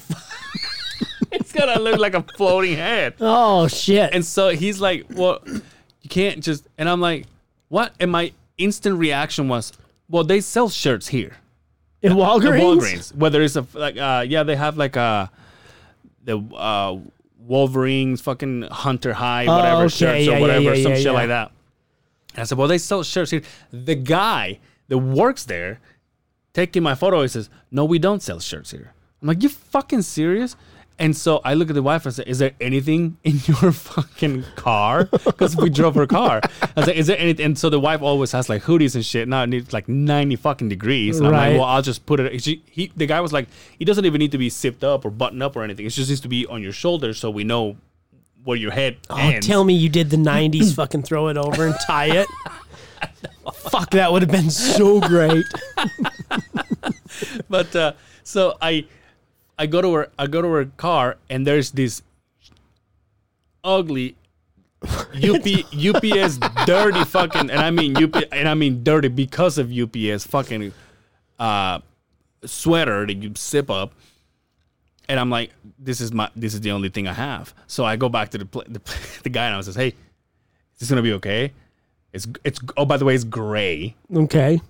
it's gonna look like a floating head.
oh shit.
And so he's like, "Well, you can't just." And I'm like, "What?" And my instant reaction was, "Well, they sell shirts here
In
at
Walgreens.
Walgreens. Whether it's a like, uh, yeah, they have like a the uh, Wolverines, fucking Hunter High, whatever
Oh, okay,
shirts
yeah, yeah,
or whatever,
yeah,
some
yeah,
shit
yeah.
like that." And I said, "Well, they sell shirts here." The guy that works there taking my photo. He says, "No, we don't sell shirts here." I'm like, "You fucking serious?" And so I look at the wife and say, "Is there anything in your fucking car?" Because we drove her car. I was like, "Is there anything?" And so the wife always has like hoodies and shit. Now it's like 90 fucking degrees. And I'm
Right.
like, "Well, I'll just put it." She, he, the guy was like, "It doesn't even need to be zipped up or buttoned up or anything. It just needs to be on your shoulders so we know where your head
Oh,
ends."
tell me you did the 90s fucking throw it over and tie it. Fuck, that would have been so great.
but uh, so I, I I go to her. I go to her car, and there's this ugly UP, UPS dirty fucking, and I mean UP, and I mean dirty because of UPS fucking uh, sweater that you zip up. And I'm like, this is my, this is the only thing I have. So I go back to the pla the, pla- the guy, and I says, hey, is this gonna be okay? It's it's oh by the way, it's gray
Okay.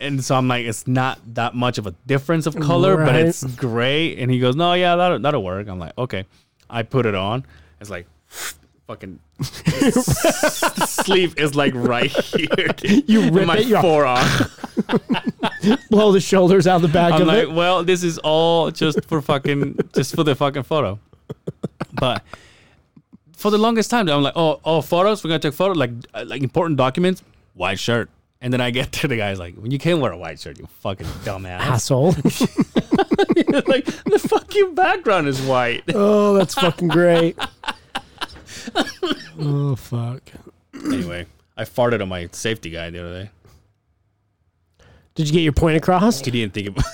and so I'm like, it's not that much of a difference of color, but
Right.
it's gray. And he goes, no, yeah, that'll, that'll work. I'm like, okay. I put it on. It's like, fucking sleeve is like right here. dude,
You
in
rip
my
it, you're-
forearm.
Blow the shoulders out the back
I'm
of
like,
it.
well, this is all just for fucking, just for the fucking photo. But for the longest time, I'm like, oh, oh, photos. We're gonna take photos, like, uh, like important documents. White shirt. And then I get to the guy's like, you can't wear a white shirt, you fucking dumbass.
Asshole.
like the fucking background is white.
oh, that's fucking great. oh fuck.
anyway, I farted on my safety guy the other day.
Did you get your point across?
He didn't think about.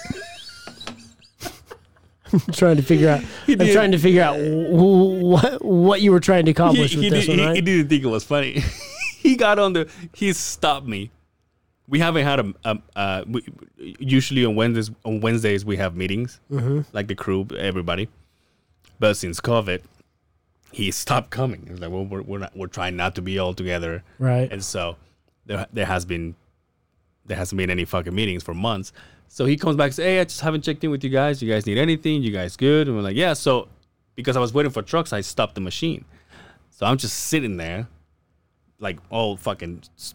I'm trying to figure out. I'm
did.
trying to figure out wh- what what you were trying to
he,
accomplish
he
with
did,
this one,
he-
right?
he didn't think it was funny. he got on the. He stopped me. We haven't had a. a uh, we, usually on Wednesdays, on Wednesdays we have meetings, like the crew, everybody. But since COVID, he stopped coming. He was like, well, we're we're, not, we're trying not to be all together.
Right.
and so there there has been there hasn't been any fucking meetings for months. So he comes back and says, Hey, I just haven't checked in with you guys. You guys need anything? You guys good? And we're like, Yeah. So because I was waiting for trucks, I stopped the machine. So I'm just sitting there, like all fucking s-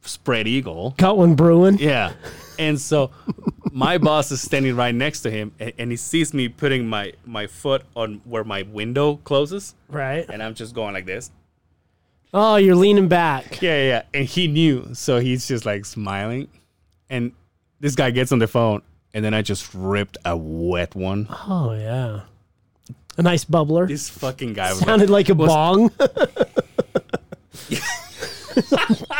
spread eagle.
Got one brewing.
Yeah. And so my boss is standing right next to him and, and he sees me putting my, my foot on where my window closes.
Right.
And I'm just going like this.
Oh, you're leaning back.
Yeah, yeah, yeah. And he knew, so he's just like smiling. And this guy gets on the phone, and then I just ripped a wet one.
Oh yeah. A nice bubbler.
This fucking guy was like,
Sounded like a bong.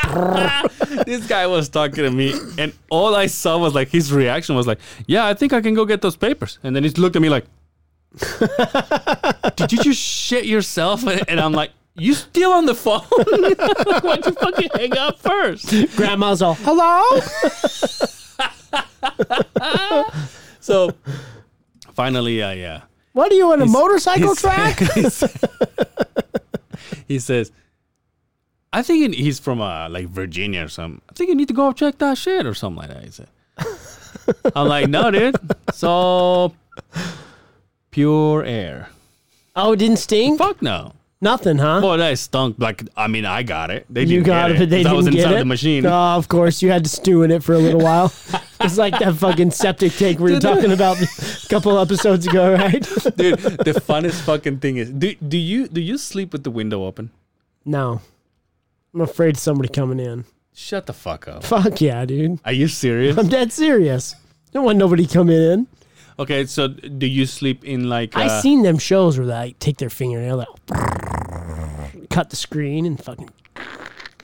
this guy was talking to me, and all I saw was like his reaction was like, "Yeah, I think I can go get those papers." And then he looked at me like, "Did you just shit yourself?" And I'm like. You still on the phone? Why'd you fucking hang up first?
Grandma's all, hello?
So finally, I uh,
What are you on a motorcycle
He's-
track?
he's- he says, I think it- he's from uh, like Virginia or something. I think you need to go check that shit or something like that. He said, I'm like, no, dude. So pure air.
Oh, it didn't stink?
Fuck no.
Nothing, huh?
Well, that stunk. Like, I mean, I got it. They
you
didn't
got
get
it, but
'cause
they didn't
I was
get
inside
it.
the machine.
Oh, of course, you had to stew in it for a little while. it's like that fucking septic tank we were talking about a couple episodes ago, right?
Dude, the funnest fucking thing is, do, do you do you sleep with the window open?
no, I'm afraid of somebody coming in.
Shut the fuck up.
Fuck yeah, dude.
Are you serious?
I'm dead serious. Don't want nobody coming in.
Okay, so do you sleep in like?
I
uh,
seen them shows where they like, take their fingernail, like, cut the screen, and fucking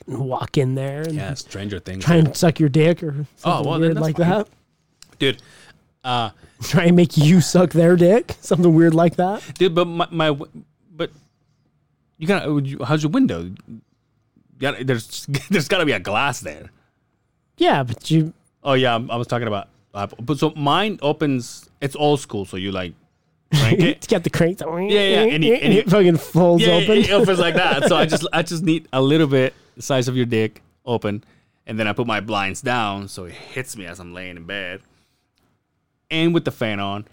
and walk in there and
Yeah, Stranger Things.
try and suck your dick or something
well, then
weird
that's
like
fine.
that.
dude. Uh,
Try and make you suck their dick, something weird like that.
dude, but my, my w- but you gotta. would you- How's your window? Yeah, there's there's gotta be a glass there.
Yeah, but you
Oh yeah, I'm- I was talking about. Uh, but so mine opens. It's old school, so you like crank
it's
it.
got the crank. Yeah,
yeah, and he- and
it
he-
fucking folds
Yeah,
open.
it opens like that. So I just I just need a little bit the size of your dick open, and then I put my blinds down so it hits me as I'm laying in bed, and with the fan on,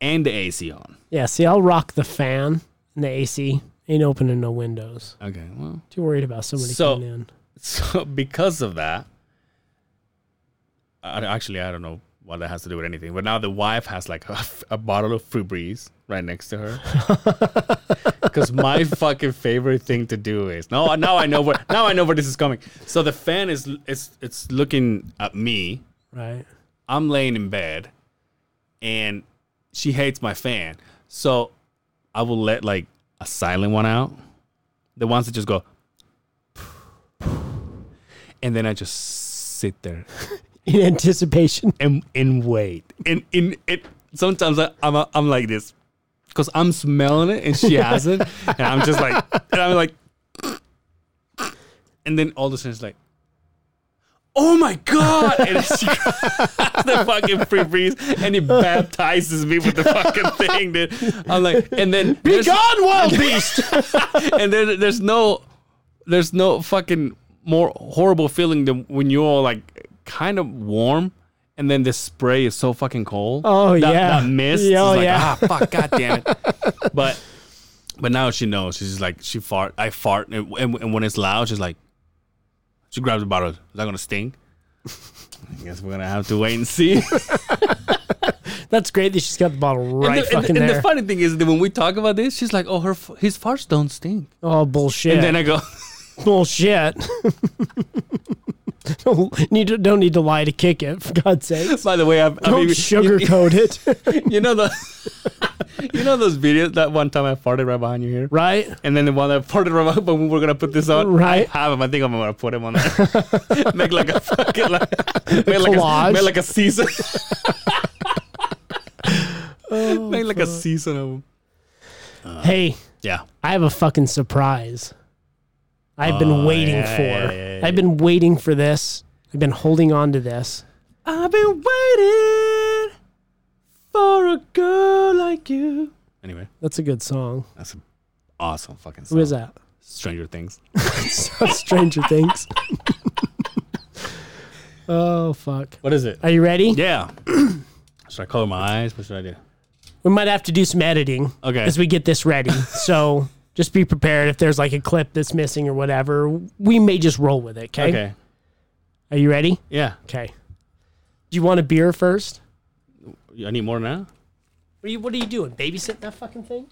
and the AC on.
Yeah, see, I'll rock the fan and the AC. Ain't opening no windows.
Okay, well.
Too worried about somebody
So-
coming in.
So because of that, I, actually I don't know what that has to do with anything. But now the wife has like a, a bottle of Febreze right next to her, because my fucking favorite thing to do is no. Now I know where now I know where this is coming. So the fan is it's it's looking at me.
Right.
I'm laying in bed, and she hates my fan. So I will let like a silent one out, the ones that just go, and then I just sit there
In anticipation.
and and wait and in it. sometimes I, I'm I'm like this because I'm smelling it and she hasn't, and I'm just like, and I'm like, and then all of a sudden it's like, oh my god, and she grabs the fucking free breeze and it baptizes me with the fucking thing, dude. I'm like, and then be
gone,
wild beast, and then there's no, there's no fucking more horrible feeling than when you're all like kind of warm. And then the spray is so fucking cold.
Oh,
that,
yeah.
that mist.
Yeah,
is
oh,
like,
yeah.
ah, fuck, god damn it. But but now she knows. She's just like she fart. I fart, and, and, and when it's loud, she's like, she grabs the bottle. Is that gonna sting? I guess we're gonna have to wait and see.
That's great that she's got the bottle right
and the, and the-
fucking
and the
there.
funny thing is that when we talk about this, she's like, "Oh, her f- his farts don't stink."
oh bullshit!
And then I go,
bullshit. don't need to don't need to lie to kick it for God's sake.
"By the way, I've, I
Don't
mean,
sugarcoat it,
You know the, you know those videos. That one time I farted right behind you here,
right?
and then the one that farted right behind. But we were gonna put this on.
Right.
I have him. I think I'm gonna put him on there. make like a fucking like, make like a,
collage?
make like a season.
Oh,
make like a season of them. Uh.
hey,
Yeah.
I have a fucking surprise. I've been waiting
Oh, yeah,
for.
yeah, yeah, yeah.
I've been waiting for this. I've been holding on to this.
I've been waiting for a girl like you. Anyway,
That's a good song.
that's an awesome fucking song.
Who is that?
Stranger Things.
Stranger Things. oh fuck.
What is it?
Are you ready?
Yeah. should I cover my eyes? What should I do?
We might have to do some editing.
Okay.
As we get this ready. so just be prepared if there's like a clip that's missing or whatever. We may just roll with it, okay?
Okay.
Are you ready?
Yeah.
Okay. Do you want a beer first?
I need more now.
What are you, what are you doing? Babysitting that fucking thing?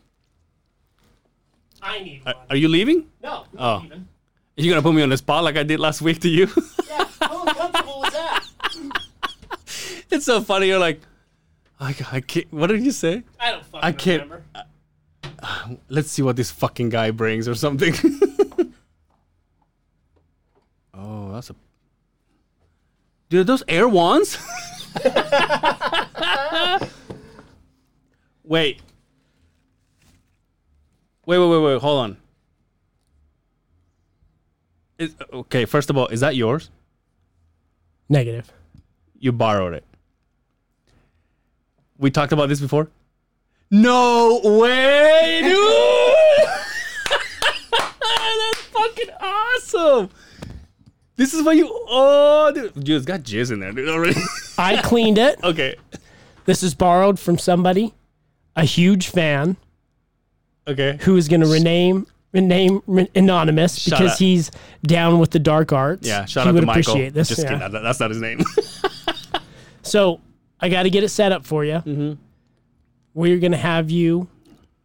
I need one.
Are, are you leaving?
no.
Oh. You gonna put me on the spot like I did last week to you?
Yeah, how uncomfortable was that?
it's so funny. You're like, I, I can't. What did you say?
I don't fucking
I can't. uh, Let's see what this fucking guy brings or something. oh, that's a. Dude, are those air wands? wait. Wait, wait, wait, wait. Hold on. Is, okay, first of all, is that yours?
Negative.
You borrowed it. We talked about this before. No way, dude! That's fucking awesome. This is why you. Oh, dude, dude, it's got jizz in there, dude. Already.
I cleaned it.
okay.
This is borrowed from somebody, a huge fan
Okay.
who is going to rename rename re- anonymous because
up.
he's down with the dark arts.
Yeah. Shout
he
out
would
to Michael.
appreciate this.
Just
yeah.
kidding. that- that's not his name.
So I got to get it set up for you.
Mm-hmm.
We're going to have you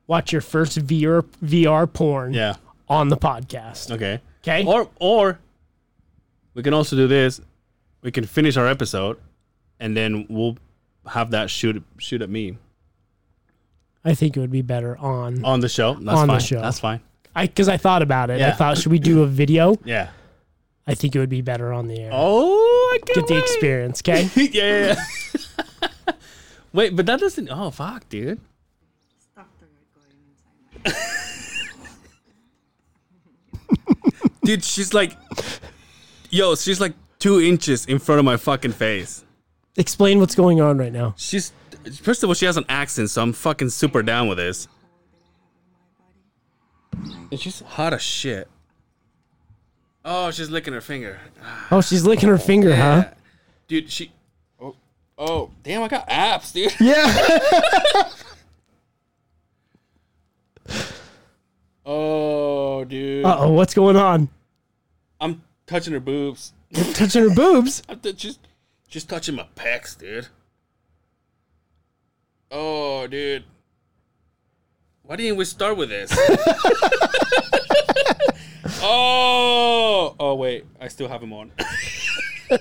watch your first VR VR porn
yeah.
on the podcast.
Okay.
Okay.
Or or we can also do this. We can finish our episode, and then we'll have that shoot shoot at me.
I think it would be better on
On the show. That's
On the
fine.
show.
That's fine.
I because I thought about it. I
Yeah.
thought should we do a video?
Yeah.
I think it would be better on the air.
Oh, I
Get
can't
the experience, okay?
wait. yeah, yeah, yeah. Wait, but that doesn't. Oh, fuck, dude.
Stop the going inside my
Dude, she's like, yo, she's like two inches in front of my fucking face.
Explain what's going on right now.
She's first of all, she has an accent, so I'm fucking super down with this. And she's hot as shit. Oh, she's licking her finger,
Oh, she's licking her finger, huh?
dude. She. Oh, oh, damn! I got apps, dude.
Yeah.
Oh, dude.
Uh oh, what's going on?
I'm touching her boobs.
Touching her boobs.
I'm t- just just touching my pecs, dude. Oh, dude. Why didn't we start with this? oh, oh wait, I still have him on.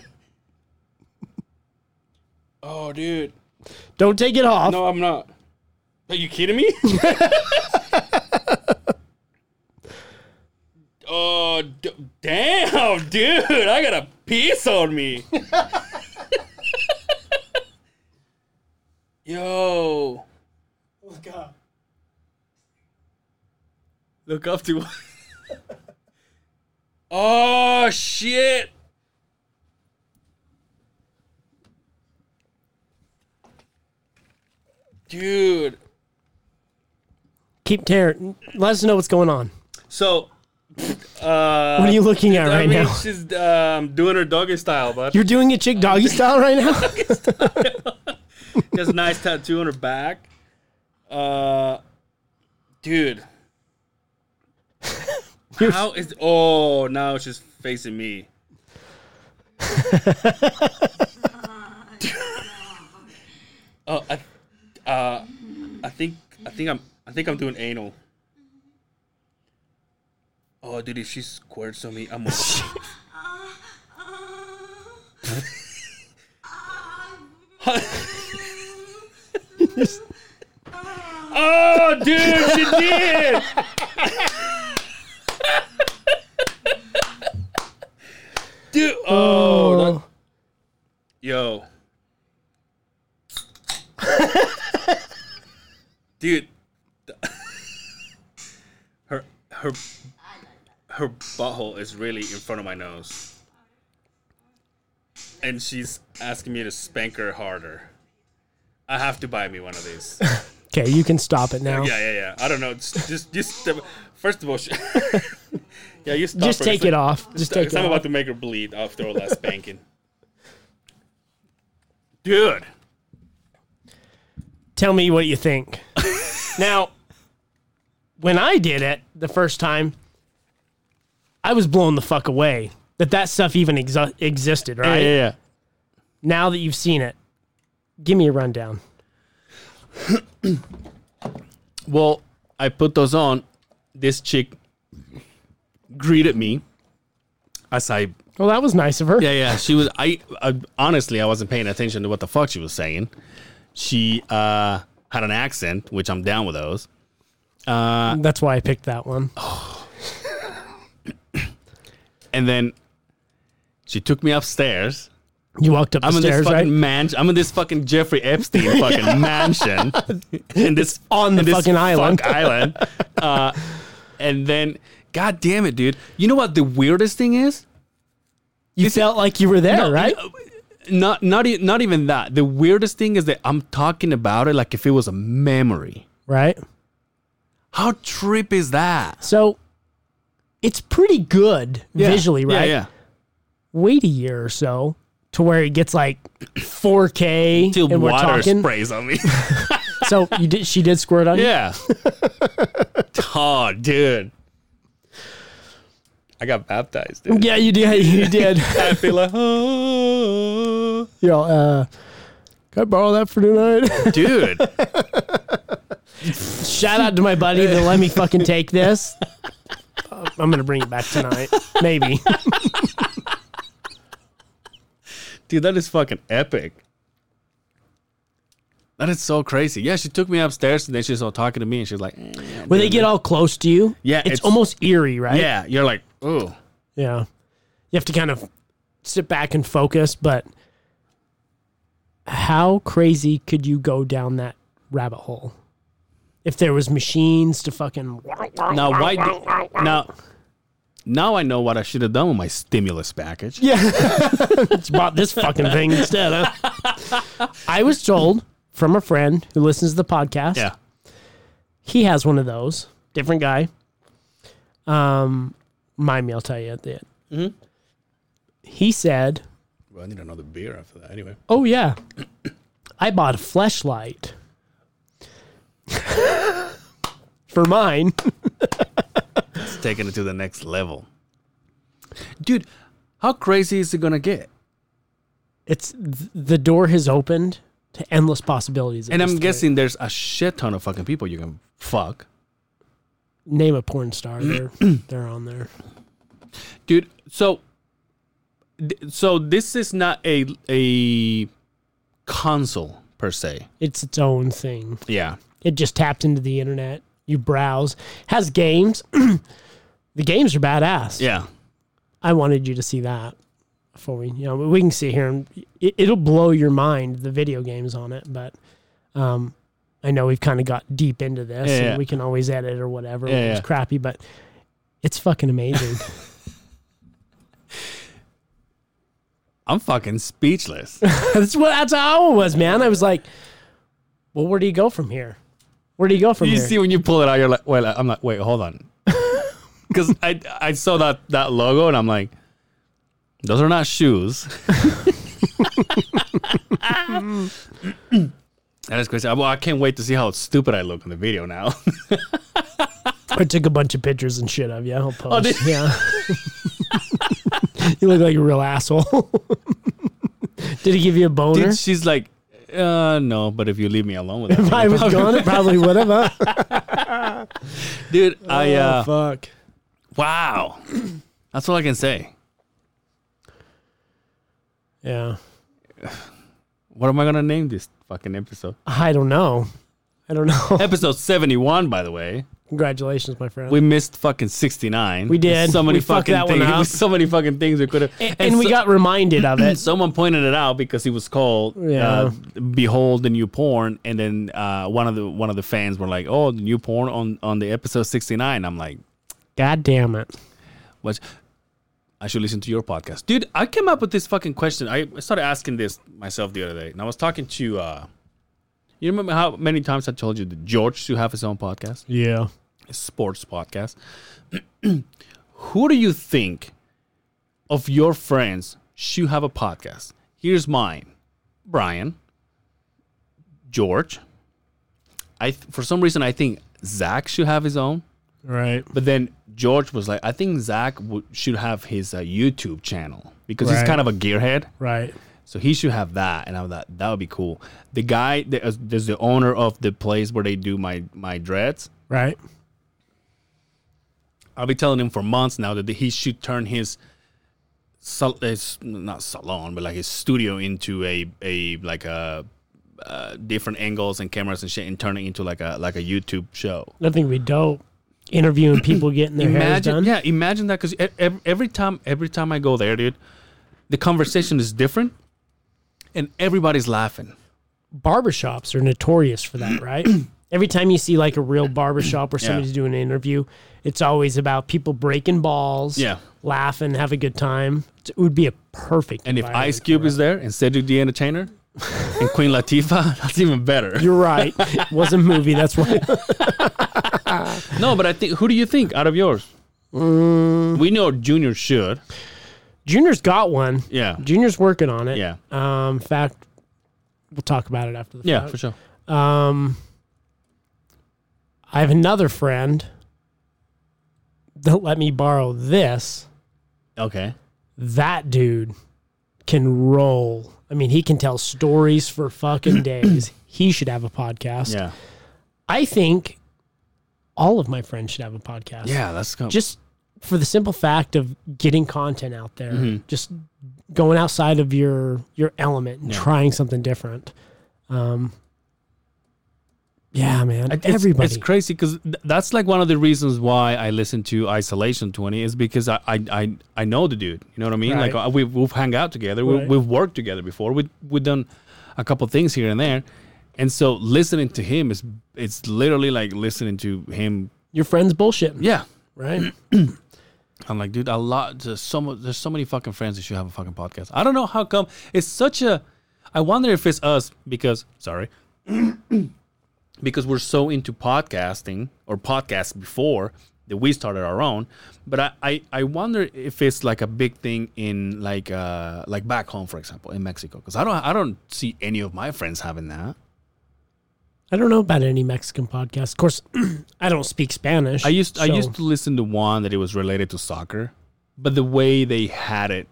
oh, dude.
Don't take it off.
No, I'm not. Are you kidding me? oh, d- damn, dude. I got a piece on me. Yo.
Look up.
Look up to. oh shit! Dude.
Keep tearing. Let us know what's going on.
So. Uh,
What are you looking at
I
right
mean,
now?
she's um, doing her doggy style, but
You're doing a chick doggy style right now.
she has a nice tattoo on her back. Uh, dude, how is? Oh, now she's facing me. oh, I, uh, I think I think I'm I think I'm doing anal. Oh, dude, if she squirts on me, I'm. Gonna- Oh, dude, she did. dude, oh,
Oh,
yo, dude, her her her butthole is really in front of my nose, and she's asking me to spank her harder. I have to buy me one of these.
okay, you can stop it now.
Yeah, yeah, yeah. I don't know. Just, just, just uh, first of all, sh- yeah, you stop
Just
her.
take
It's like-
it off. Just take
it's-
it
I'm
off.
about to make her bleed after all that spanking. Dude,
Tell me what you think. now, when I did it the first time, I was blown the fuck away that that stuff even exu- existed, right?
yeah.
Now that you've seen it, give me a rundown.
Well, I put those on. This chick greeted me as I
Well, that was nice of her.
Yeah, yeah. She was. I, I honestly, I wasn't paying attention to what the fuck she was saying. She uh, had an accent, which I'm down with those.
That's why I picked that one.
And then she took me upstairs.
You walked up the
I'm in this
stairs,
fucking
right?
mansion. I'm in this fucking Jeffrey Epstein fucking mansion. In this
on the
in this
fucking island.
fuck island. Uh, and then, god damn it, dude. You know what the weirdest thing is?
You felt like you were there,
No, uh,
right?
no, Not not e- not even that. The weirdest thing is that I'm talking about it like if it was a memory.
Right.
How trip is that?
So it's pretty good visually, right?
Yeah, yeah.
Wait a year or so to where it gets like 4K
Till
and we're
water
talking.
sprays on me.
So you did she did squirt on you?
yeah. oh, dude. I got baptized, dude.
Yeah, you did. You did.
I feel like, oh.
You're all, uh, can I borrow that for tonight?
dude.
Shout out to my buddy that let me fucking take this. Uh, I'm gonna bring it back tonight, maybe.
Dude, that is fucking epic. That is so crazy. Yeah, she took me upstairs and then she's all talking to me and she's like, eh, yeah,
When they get all close to you,
Yeah,
it's,
it's-
almost eerie, right?
yeah. You're like, ooh.
yeah. You have to kind of sit back and focus, but how crazy could you go down that rabbit hole? If there was machines to fucking
Now why? d- Now, now I know what I should have done with my stimulus package.
bought this fucking thing instead. Huh? I was told from a friend who listens to the podcast.
Yeah.
he has one of those. Different guy. Um, mind me, I'll tell you at the end. He said,
Well, I need another beer after that. Anyway.
"Oh yeah, I bought a fleshlight for mine."
It's taking it to the next level. Dude, how crazy is it gonna get?
It's th- the door has opened to endless possibilities. at
And
this
I'm
point.
guessing there's a shit ton of fucking people you can fuck.
name a porn star. They're they're on there.
Dude, so th- so this is not a a console per se.
It's its own thing.
Yeah.
It just tapped into the internet. You browse. Has games. the games are badass.
Yeah.
I wanted you to see that before we, you know, we can sit here and it, it'll blow your mind the video games on it, but Um, I know we've kind of got deep into this,
Yeah,
and
yeah.
we can always edit or whatever.
Yeah,
Yeah, it's
yeah.
crappy, but it's fucking amazing.
I'm fucking speechless.
that's what that's how I was, man. I was like, well, where do you go from here? Where do you go from
you
here?
see when you pull it out, you're like, wait, I'm like, wait, hold on, because I I saw that that logo and I'm like, those are not shoes. that is crazy. Well, I can't wait to see how stupid I look in the video now.
I took a bunch of pictures and shit of you. I'll post.
Oh, did-
yeah. you look like a real asshole. Did he give you a boner?
Dude, she's like, uh, no, but if you leave me alone with that,
if
thing,
I was
probably-
gone, it probably would have. Huh?
dude, I uh,
Oh, fuck.
wow, that's all I can say.
Yeah.
What am I gonna name this fucking episode?
I don't know. I don't know.
episode seventy-one, by the way.
Congratulations, my friend.
We missed fucking 69.
We did.
So many
We fucked
fucking
that one
things.
up.
So many fucking things we could have.
and, and we
so-
got reminded of it.
Someone pointed it out because it was called
Yeah.
uh, "Behold the New Porn," and then uh, one of the one of the fans were like, "Oh, the new porn on on the episode 69." I'm like,
God damn it.
"What? I should listen to your podcast, dude." I came up with this fucking question. I I started asking this myself the other day, and I was talking to. Uh, you remember how many times I told you that George should have his own podcast?
Yeah.
sports podcast. Who do you think of your friends should have a podcast? Here's mine Brian, George. I th- for some reason I think Zach should have his own,
Right.
but then George was like, I think Zach would should have his uh, YouTube channel because he's
Right.
kind of a gearhead.
Right.
So he should have that, and I thought that would be cool. The guy, that is there's the owner of the place where they do my my dreads.
Right.
I'll be telling him for months now that he should turn his, sal- his not salon, but like his studio into a a like a uh, different angles and cameras and shit, and turn it into like a like a YouTube show.
I think we dope. Interviewing people getting their hairs
Imagine,
done.
yeah, imagine that because every, every time every time I go there, dude, the conversation is different, and everybody's laughing.
barbershops are notorious for that, right? Every time you see like a real barbershop where somebody's doing an interview, it's always about people breaking balls,
Yeah.
laughing, have a good time. It would be a perfect.
And if
environment
Ice Cube
for it.
is there and Cedric the Entertainer and Queen Latifah, that's even better.
you're right, it was a movie. That's why.
No, but I think who do you think out of yours?
Mm.
We know Junior should.
Junior's got one.
Yeah.
Junior's working on it.
Yeah.
Um, in fact, we'll talk about it after the
Yeah,
fact.
for sure.
Um, I have another friend that let me borrow this. Uh,
Okay.
that dude can roll. I mean, he can tell stories for fucking days. he should have a podcast.
Yeah.
I think all of my friends should have a podcast.
Yeah, that's kind
Just for the simple fact of getting content out there,
Mm-hmm.
just going outside of your your element and trying something different. Um yeah, man.
It's-
Everybody.
It's crazy because that's like one of the reasons why I listen to Isolation Twenty is because I I I, I know the dude. You know what I mean? Like
Right.
uh, we've we've hung out together.
Right.
We, we've worked together before. We we've done a couple things here and there, and so listening to him is it's literally like listening to him.
your friends bullshit,
Yeah.
right?
I'm like, dude, a lot. There's so mu- There's so many fucking friends that should have a fucking podcast. I don't know how come it's such a. I wonder if it's us because sorry, because we're so into podcasting or podcasts before that we started our own. But I, I, I wonder if it's like a big thing in like uh like back home for example in Mexico because I don't I don't see any of my friends having that.
I don't know about any Mexican podcast. Of course, I don't speak Spanish.
I used I
so-
used to listen to one that it was related to soccer, but the way they had it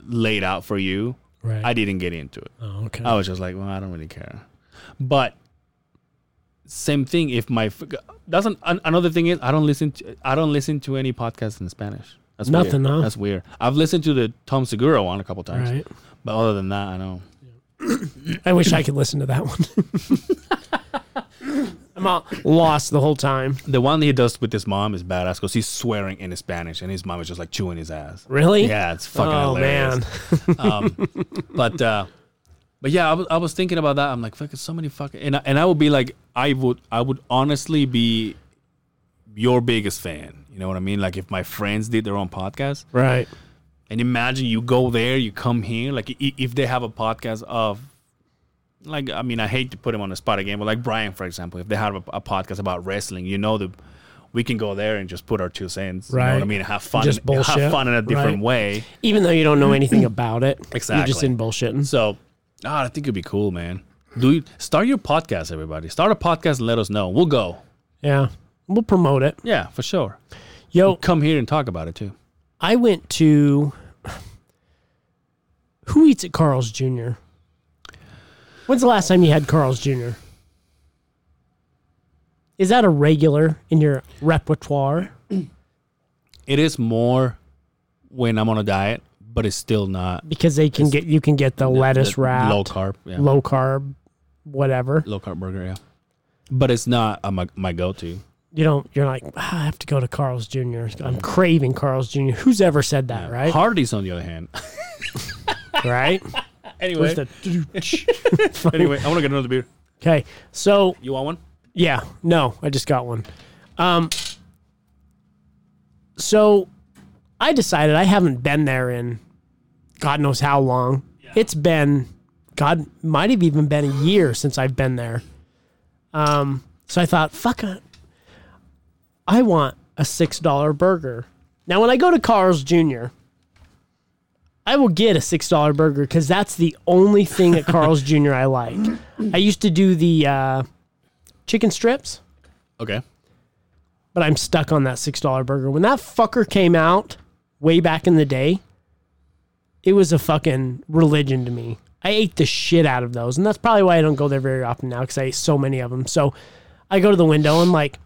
laid out for you,
Right.
I didn't get into it.
Oh, okay.
I was just like, well, I don't really care. But same thing. If my f- doesn't an- another thing is I don't listen to I don't listen to any podcasts in Spanish. That's
Nothing,
Weird.
huh?
That's weird. I've listened to the Tom Segura one a couple times,
Right.
but other than that, I know.
I wish I could listen to that one. I'm all lost the whole time.
The one he does with his mom is badass because he's swearing in Spanish, and his mom is just like chewing his ass.
Really?
Yeah, it's fucking
oh
hilarious.
man.
But uh, But yeah, I was, I was thinking about that. I'm like, fucking so many fucking, and I, and I would be like, I would I would honestly be your biggest fan. You know what I mean? Like if my friends did their own podcast,
Right.
and imagine you go there, you come here. Like i- if they have a podcast of, like I mean, I hate to put him on the spot again, but like Brian, for example, if they have a, a podcast about wrestling, you know the. We can go there and just put our two cents, You know what I
Right.
mean? Have fun,
Just
and, have
bullshit.
fun in a different
Right.
way.
Even though you don't know anything about it, you're just
Exactly.
in bullshitting.
So, ah, I think it'd be cool, man. Do you, start your podcast, everybody. Start a podcast and let us know. We'll go.
Yeah. We'll promote it.
Yeah, for sure.
Yo,
Come here and talk about it too.
I went to who eats at Carl's Jr. When's the last time you had Carl's Jr.? Is that a regular in your repertoire?
It is more when I'm on a diet, but it's still not
Because they can get you can get the, lettuce
the
wrap,
low
low,
carb, yeah, low,
carb, whatever.
carb burger, yeah. But it's not a, my my go to.
You don't. You're like "Ah, I have to go to Carl's Jr. I'm craving Carl's Jr. Who's ever said that, right?
Hardee's on the other hand.
Right.
anyway,
Where's the-
anyway, I want to get another beer.
okay. So
You want one?
Yeah, no, I just got one. Um, so I decided I haven't been there in God knows how long. It's been God might have even been a year since I've been there. Um, so I thought, fuck it, I want a six dollar burger. Now, when I go to Carl's Jr., I will get a six dollar burger because that's the only thing at Carl's Jr. I like. I used to do the uh, chicken strips
Okay.
but I'm stuck on that six dollar burger. When that fucker came out way back in the day, it was a fucking religion to me. I ate the shit out of those, and that's probably why I don't go there very often now because I ate so many of them. So I go to the window. I'm like,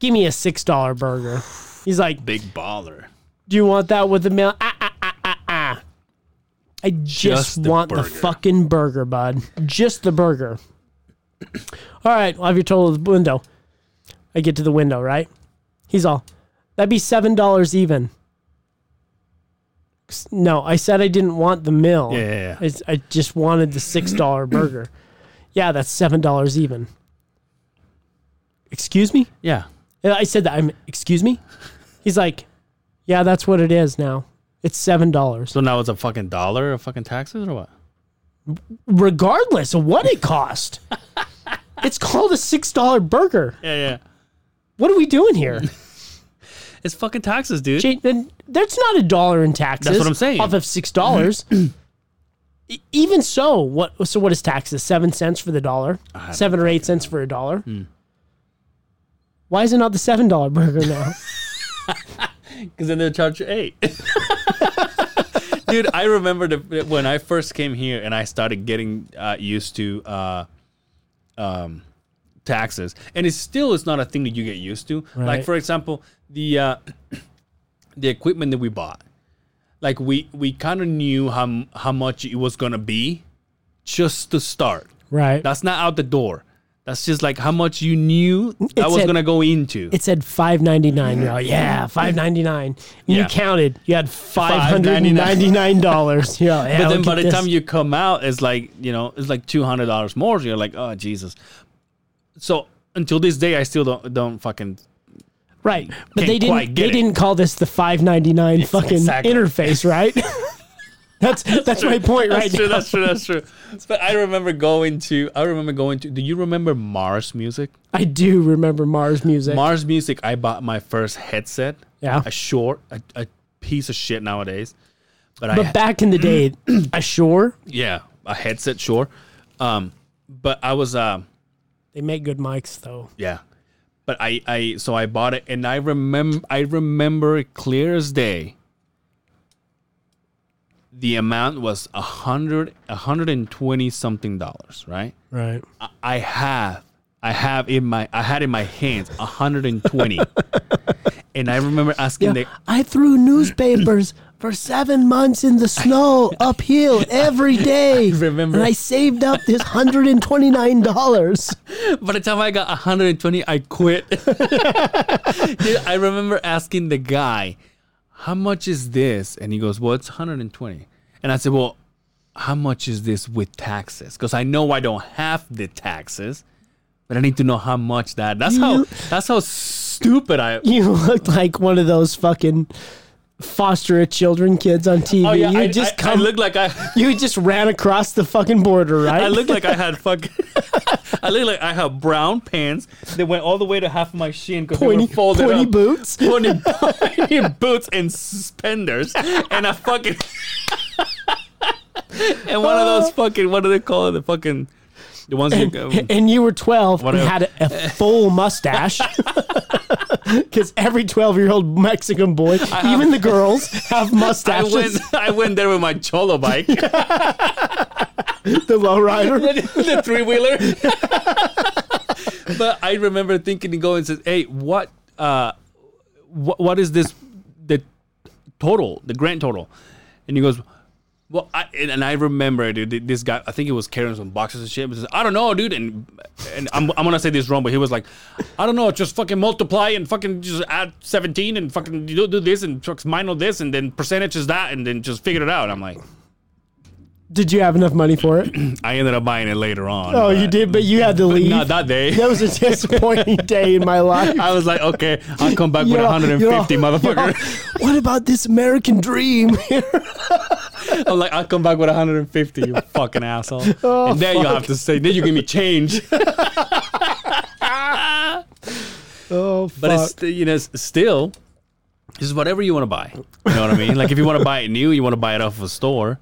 "Give me a six dollar burger." He's like,
Big baller.
"Do you want that with the meal?" Ah, ah, ah, ah, ah. I just,
Just the
want
burger.
the fucking burger, bud. Just the burger. All right, I'll have your total at the window. I get to the window, right? He's all, that'd be seven dollars even. S- No, I said I didn't want the meal.
Yeah, yeah, yeah.
It's- I just wanted the six dollar burger. Yeah, that's seven dollars even. Excuse me?
Yeah.
And I said that. I'm. Excuse me. He's like, yeah, that's what it is now. It's seven dollars,
So now it's a fucking dollar of fucking taxes or what?
regardless of what it cost. it's called a six dollar burger.
Yeah, yeah.
What are we doing here?
It's fucking taxes, dude.
Jay, then that's not a dollar in taxes.
what I'm saying.
Off of six dollars. E- Even so, what so what is taxes? Seven cents for the dollar, seven or eight cents for a dollar.
Hmm.
Why is it not the seven dollar burger now?
Because then they'll charge you eight. Dude, I remember the, when I first came here and I started getting uh, used to uh, um, taxes, and it's still it's not a thing that you get used to. Like
Right.
for example, the uh, the equipment that we bought, like we we kind of knew how m- how much it was gonna be, just to start.
right.
That's not out the door. That's just like how much you knew that
It
was
said-
gonna go into.
it said five ninety nine. You're like, yeah, five ninety nine. You
Yeah.
counted. You had five hundred ninety nine dollars. Yeah, yeah.
but
I'll
then by
get
the
this.
time you come out, it's like you know, it's like two hundred dollars more. So you're like, oh Jesus. So until this day, I still don't don't fucking
right, but
can't
they
quite
didn't.
get
They
it.
didn't call this the five ninety nine fucking
exactly.
interface, right? that's that's my point right
That's true.
now.
That's true. That's true. But I remember going to. I remember going to. Do you remember Mars Music?
I do remember Mars music.
Mars Music. I bought my first headset.
Yeah.
A short, a, a piece of shit nowadays. But, I
but back in the day, ashore
yeah, a headset, sure. Um, but I was um.
they make good mics though.
Yeah. But I, I so I bought it and I remember I remember it clear as day. The amount was a hundred a hundred and twenty something dollars, right?
Right.
I, I have I have in my I had in my hands a hundred and twenty. and I remember asking the
I threw newspapers for seven months in the snow uphill every day.
remember.
And I saved up this hundred and twenty nine dollars.
By the time I got 120, I quit. Dude, I remember asking the guy, "How much is this?" And he goes, "Well, it's 120." And I said, "Well, how much is this with taxes? Because I know I don't have the taxes, but I need to know how much that. That's how. That's how stupid I.
You looked like one of those fucking foster children kids on TV.
Oh yeah,
you
I,
just
I,
come.
I look like I.
you just ran across the fucking border, right?
I look like I had fuck. I look like I have brown pants that went all the way to half my shin because they were
pointy,
folded
pointy
up.
boots.
pointy, pointy boots and suspenders and a fucking and one of those fucking what do they call it the fucking the ones you um,
and you were 12
Whatever.
and had a, a full mustache. Because every 12 year old Mexican boy, even the girls, have
I
mustaches.
went I went there with my cholo bike the,
The lowrider.
the three wheeler but I remember thinking and going says hey what uh what, what is this the total the grand total and he goes well I, and, and I remember dude th- this guy I think it was carrying some boxes and shit but he says, I don't know dude and and I'm, I'm gonna say this wrong but he was like I don't know just fucking multiply and fucking just add 17 and fucking do, do this and fucks minus this and then percentage is that and then just figure it out I'm like
Did you have enough money for it?
I ended up buying it later on
Oh, you
but
did, but you had to leave.
not that day
That was a disappointing day in my life.
I was like okay I'll come back with
You're all-
150
you're all-
motherfucker
you're all, what about this American dream?
I'm like, I'll come back with 150, you fucking asshole. and then you have to say, then you give me change.
oh,
But it's st- you know, it's still, just whatever you want to buy. You know what I mean? like if you want to buy it new, you want to buy it off of a store.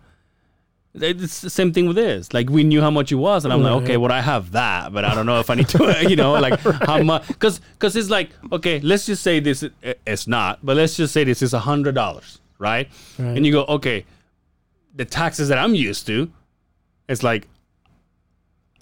It's the same thing with this. Like we knew how much it was, and I'm like, okay, well, I have that, but I don't know if I need to, you know, like how much? Because because it's like, okay, let's just say this. i- It's not, but let's just say this is a hundred dollars, right? And you go, okay, the taxes that I'm used to, it's like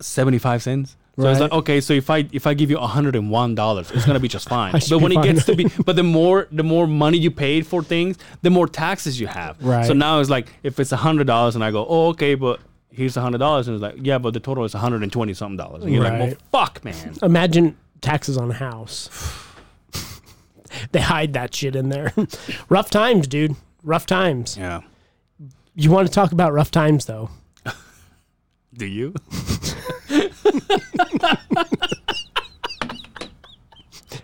seventy five cents. So it's
Right.
like, okay, so if I if I give you hundred and one dollars, it's gonna be just fine.
I should
but
be
when it
fine.
gets to be, but the more the more money you paid for things, the more taxes you have.
Right.
So now it's like if it's hundred dollars, and I go, oh okay, but here's hundred dollars, and it's like yeah, but the total is hundred and twenty something dollars. And you're like,
Right.
well, fuck, man.
Imagine taxes on a house. they hide that shit in there. rough times, dude. Rough times.
Yeah.
You want to talk about rough times, though?
Do you?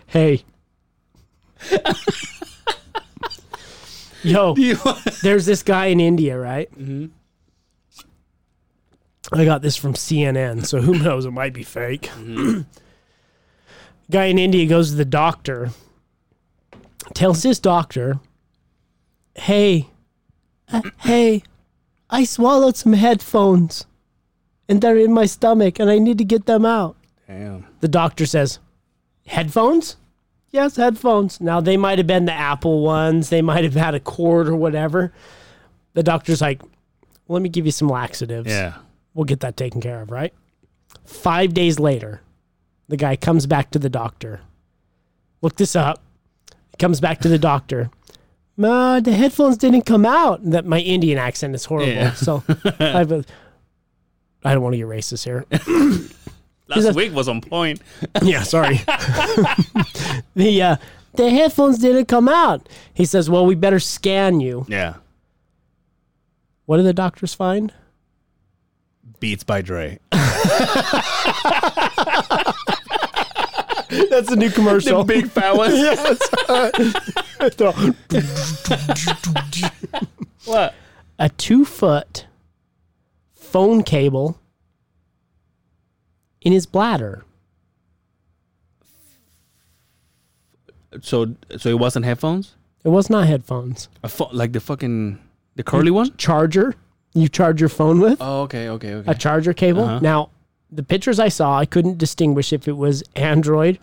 Hey. Yo, there's this guy in India, right? Mm-hmm. I got this from CNN, so who knows? It might be fake. guy in India goes to the doctor, tells his doctor, Hey, uh, hey, I swallowed some headphones and they're in my stomach and I need to get them out.
Damn.
The doctor says, headphones? Yes, headphones. Now, they might have been the Apple ones. They might have had a cord or whatever. The doctor's like, let me give you some laxatives.
Yeah.
We'll get that taken care of, right? Five days later, the guy comes back to the doctor. Look this up. He comes back to the doctor. Ma, the headphones didn't come out. That my Indian accent is horrible.
Yeah.
So I've, a- I don't want to get racist here.
Last
a-
week was on point.
Yeah, sorry. the uh, the headphones didn't come out. He says, "Well, we better scan you."
Yeah.
What do the doctors find?
Beats by Dre.
That's a new commercial.
Big fat one. What?
a two foot phone cable in his bladder.
So so it wasn't headphones?
It was not headphones.
A pho- like the fucking the curly one?
Charger. You charge your phone with
Oh, okay, okay, okay.
a charger cable. Now, the pictures I saw, I couldn't distinguish if it was Android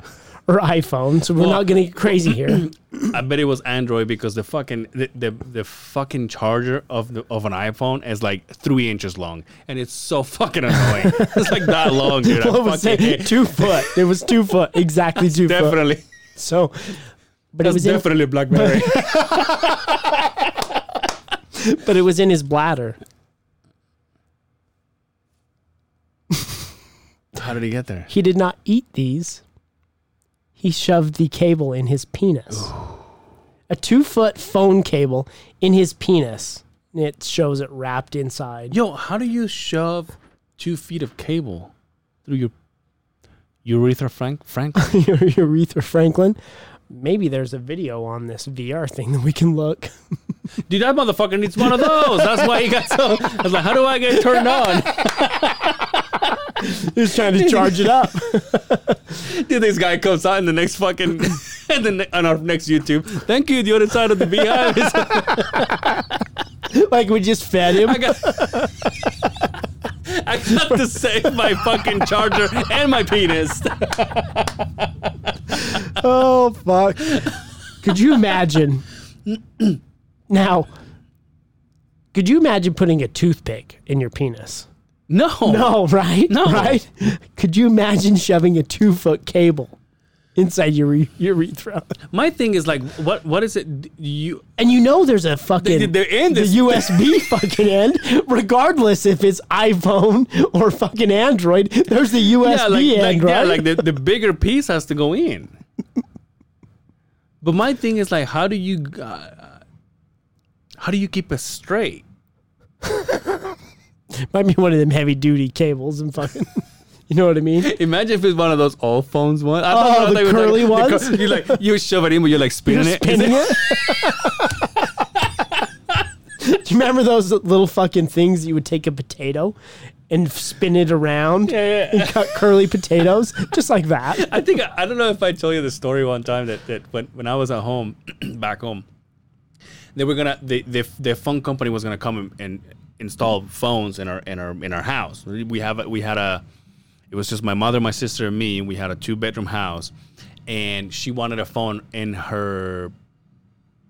or iPhone. So we're
Well-
not going to get crazy here.
I bet it was Android because the fucking the, the, the fucking charger of the of an iPhone is like three inches long, and it's so fucking annoying. it's like that long, dude. I
Well, it was
fucking
saying
hate-
two foot. It was two foot. Exactly two foot.
definitely
So, but
that's
it was in,
definitely BlackBerry.
but it was in his bladder.
How did he get there?
He did not eat these. He shoved the cable in his penis. A two foot phone cable in his penis. And It shows it wrapped inside.
Yo, how do you shove two feet of cable through your urethra, Frank? Frank?
Your urethra Franklin. Maybe there's a video on this VR thing that we can look.
Dude, that motherfucker needs one of those. That's why he got so. I was like, how do I get turned on?
He's trying to charge it up.
Dude, this guy comes out in the next fucking, and then on our next YouTube. Thank you, the other side of the beehive. is-
like we just fed him.
I got, I got to save my fucking charger and my penis.
Oh fuck! Could you imagine? now, could you imagine putting a toothpick in your penis?
No,
No, right?
No.
right? Could you imagine shoving a two-foot cable inside your u- urethra?
My thing is like, what? What is it? Do You
And you know there's a fucking
they're in
the
this-
USB fucking end, regardless if it's iPhone or fucking Android. There's the USB
yeah, like,
end,
like, yeah,
right?
like the, the bigger piece has to go in. But my thing is like, how do you, uh, how do you keep it straight?
Might be one of them heavy-duty cables and fucking. You know what I mean?
Imagine if it's one of those old phones one. I
Oh,
thought- I
the
thought it was
curly
like,
ones?
The cur- you like you shove it in, but you're like spinning
You're
it. Is
spinning
it.
it. Do you remember those little fucking things you would take a potato and spin it around
Yeah, yeah.
and cut curly potatoes just like that?
I think I don't know if I told you the story one time that, that when, when I was at home, back home, they were gonna the the, the phone company was gonna come and, and install phones in our in our in our house. We have a- we had a it was just my mother, my sister, and me, and we had a two bedroom house, and she wanted a phone in her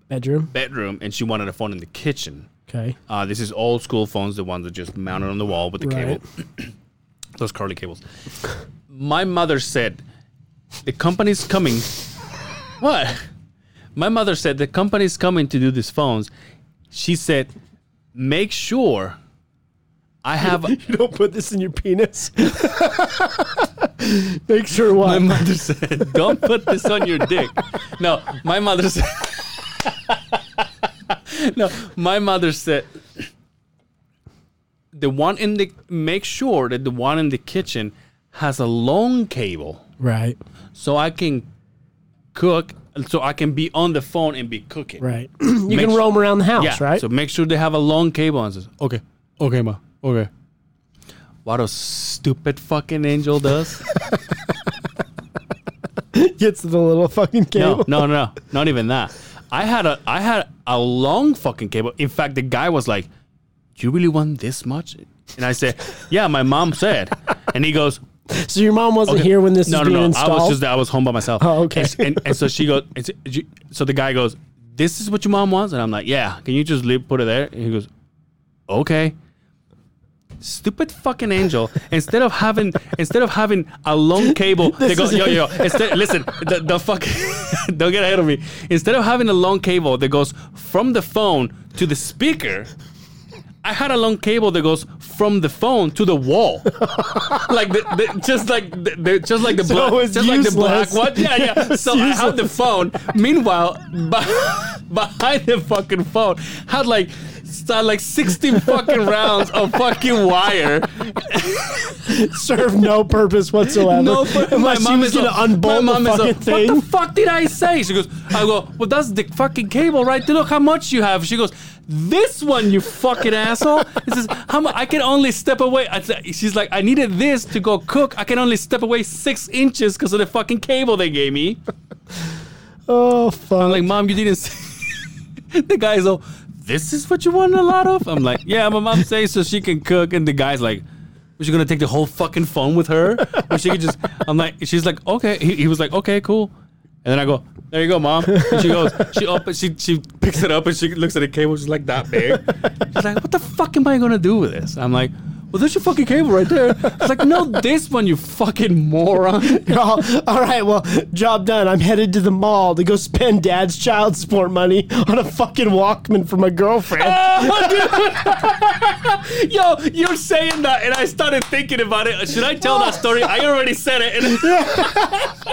Bedroom.
bedroom, and she wanted a phone in the kitchen.
Okay.
Uh, this is old school phones, the ones that just mounted on the wall with the cable,
Right.
those curly cables. My mother said, "The company's coming." what? My mother said the company's coming to do these phones. She said, "Make sure I have."
You don't put this in your penis. Make sure
my
what?
mother said, "Don't put this on your dick." No, my mother said. no, my mother said. The one in the make sure that the one in the kitchen has a long cable
right.
so I can cook so I can be on the phone and be cooking.
Right. you
Make
can
su-
roam around the house, right?
So make sure they have a long cable and says, okay, okay, ma, okay. What a stupid fucking angel does.
Gets the little fucking
No,
cable.
no, no, not even that. I had a I had a long fucking cable. In fact, the guy was like, "Do you really want this much?" And I said, "Yeah, my mom said." And he goes,
So your mom wasn't
okay.
here when this is being installed.
I was just I was home by myself.
Oh, okay.
And, and, and so she goes, and so- she- so the guy goes, "This is what your mom wants," and I'm like, "Yeah, can you just leave, put it there?" And he goes, "Okay." Stupid fucking angel! Instead of having instead of having a long cable, they go
is
yo
it.
yo. Instead, listen, the, the fuck, don't get ahead of me. Instead of having a long cable that goes from the phone to the speaker, I had a long cable that goes from the phone to the wall, like the, the, just like the, the- just like the
So
black,
it's
just like the black
useless.
one. Yeah, yeah. So I had the phone. Meanwhile, be- behind the fucking phone, had like st- like sixteen fucking rounds of fucking wire.
serve no purpose whatsoever.
No, but
unless
my
she
mom
was
is
gonna
a-
unbolt
my mom
the
is a-
fucking thing.
What the fuck did I say? She goes, I go, well, that's the fucking cable right there. Look how much you have. She goes, this one, you fucking asshole. She says, how much? I can only step away. I said- She's like, I needed this to go cook. I can only step away six inches because of the fucking cable they gave me.
oh fuck!
I'm like, mom, you didn't. Say. the guy's all, this is what you want a lot of. I'm like, yeah, my mom says so she can cook, and the guy's like. Was she gonna take the whole fucking phone with her? Or she could just I'm like she's like, okay. He, he was like, okay, cool. And then I go, there you go, mom. And she goes, she opens she she picks it up and she looks at the cable, she's like that big. She's like, what the fuck am I gonna do with this? I'm like, well there's your fucking cable right there. It's like, no, this one, you fucking moron.
all all right, well, job done. I'm headed to the mall to go spend dad's child support money on a fucking Walkman for my girlfriend.
Oh, dude. Yo, you're saying that, and I started thinking about it. Should I tell that story? I already said it.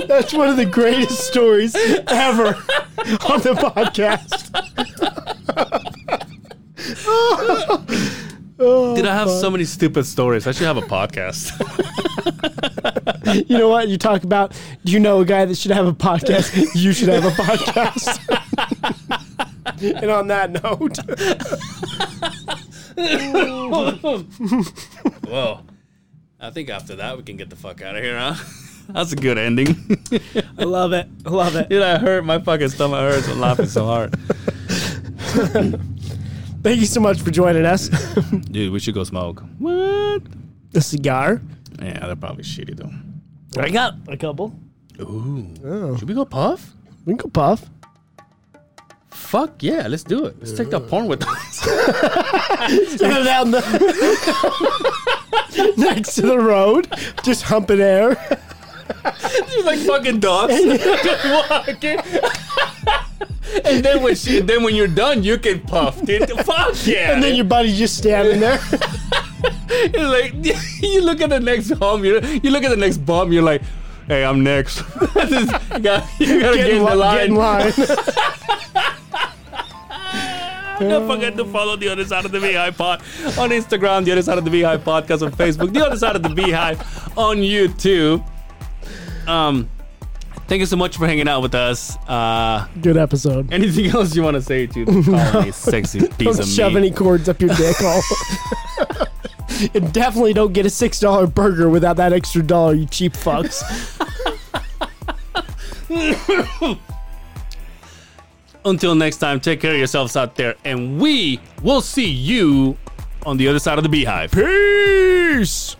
And
That's one of the greatest stories ever on the podcast.
Did I have so many stupid stories? I should have a podcast.
You know what? You talk about. Do you know a guy that should have a podcast? You should have a podcast. and on that note,
Whoa. I think after that we can get the fuck out of here, huh? That's a good ending.
I love it. I love it.
Dude, I hurt my fucking stomach hurts from laughing so hard.
Thank you so much for joining us.
Dude, we should go smoke. What?
A cigar.
Yeah, they're probably shitty though.
I got a couple.
Ooh. Should we go puff?
Winkle puff.
Fuck yeah, let's do it. Let's take that porn with us.
down the next to the road, just humping air.
like fucking dogs. Walking. and then when she, then when you're done, you can puff, dude. Fuck yeah.
And then your buddy's just standing there.
You're like you look at the next home, you you look at the next bomb, you're like, hey, I'm next. This- you, gotta, you gotta get in the
li-
line.
Get in
Don't
line.
forget to follow the other side of the Beehive pod on Instagram, the other side of the Beehive podcast on Facebook, the other side of the Beehive on YouTube. Um, thank you so much for hanging out with us. Uh,
Good episode.
anything else you want to say to the colony, sexy piece
Don't
of
shove
meat?
any cords up your dick hole. and definitely don't get a six dollar burger without that extra dollar, you cheap fucks.
Until next time, take care of yourselves out there, and we will see you on the other side of the Beehive.
Peace.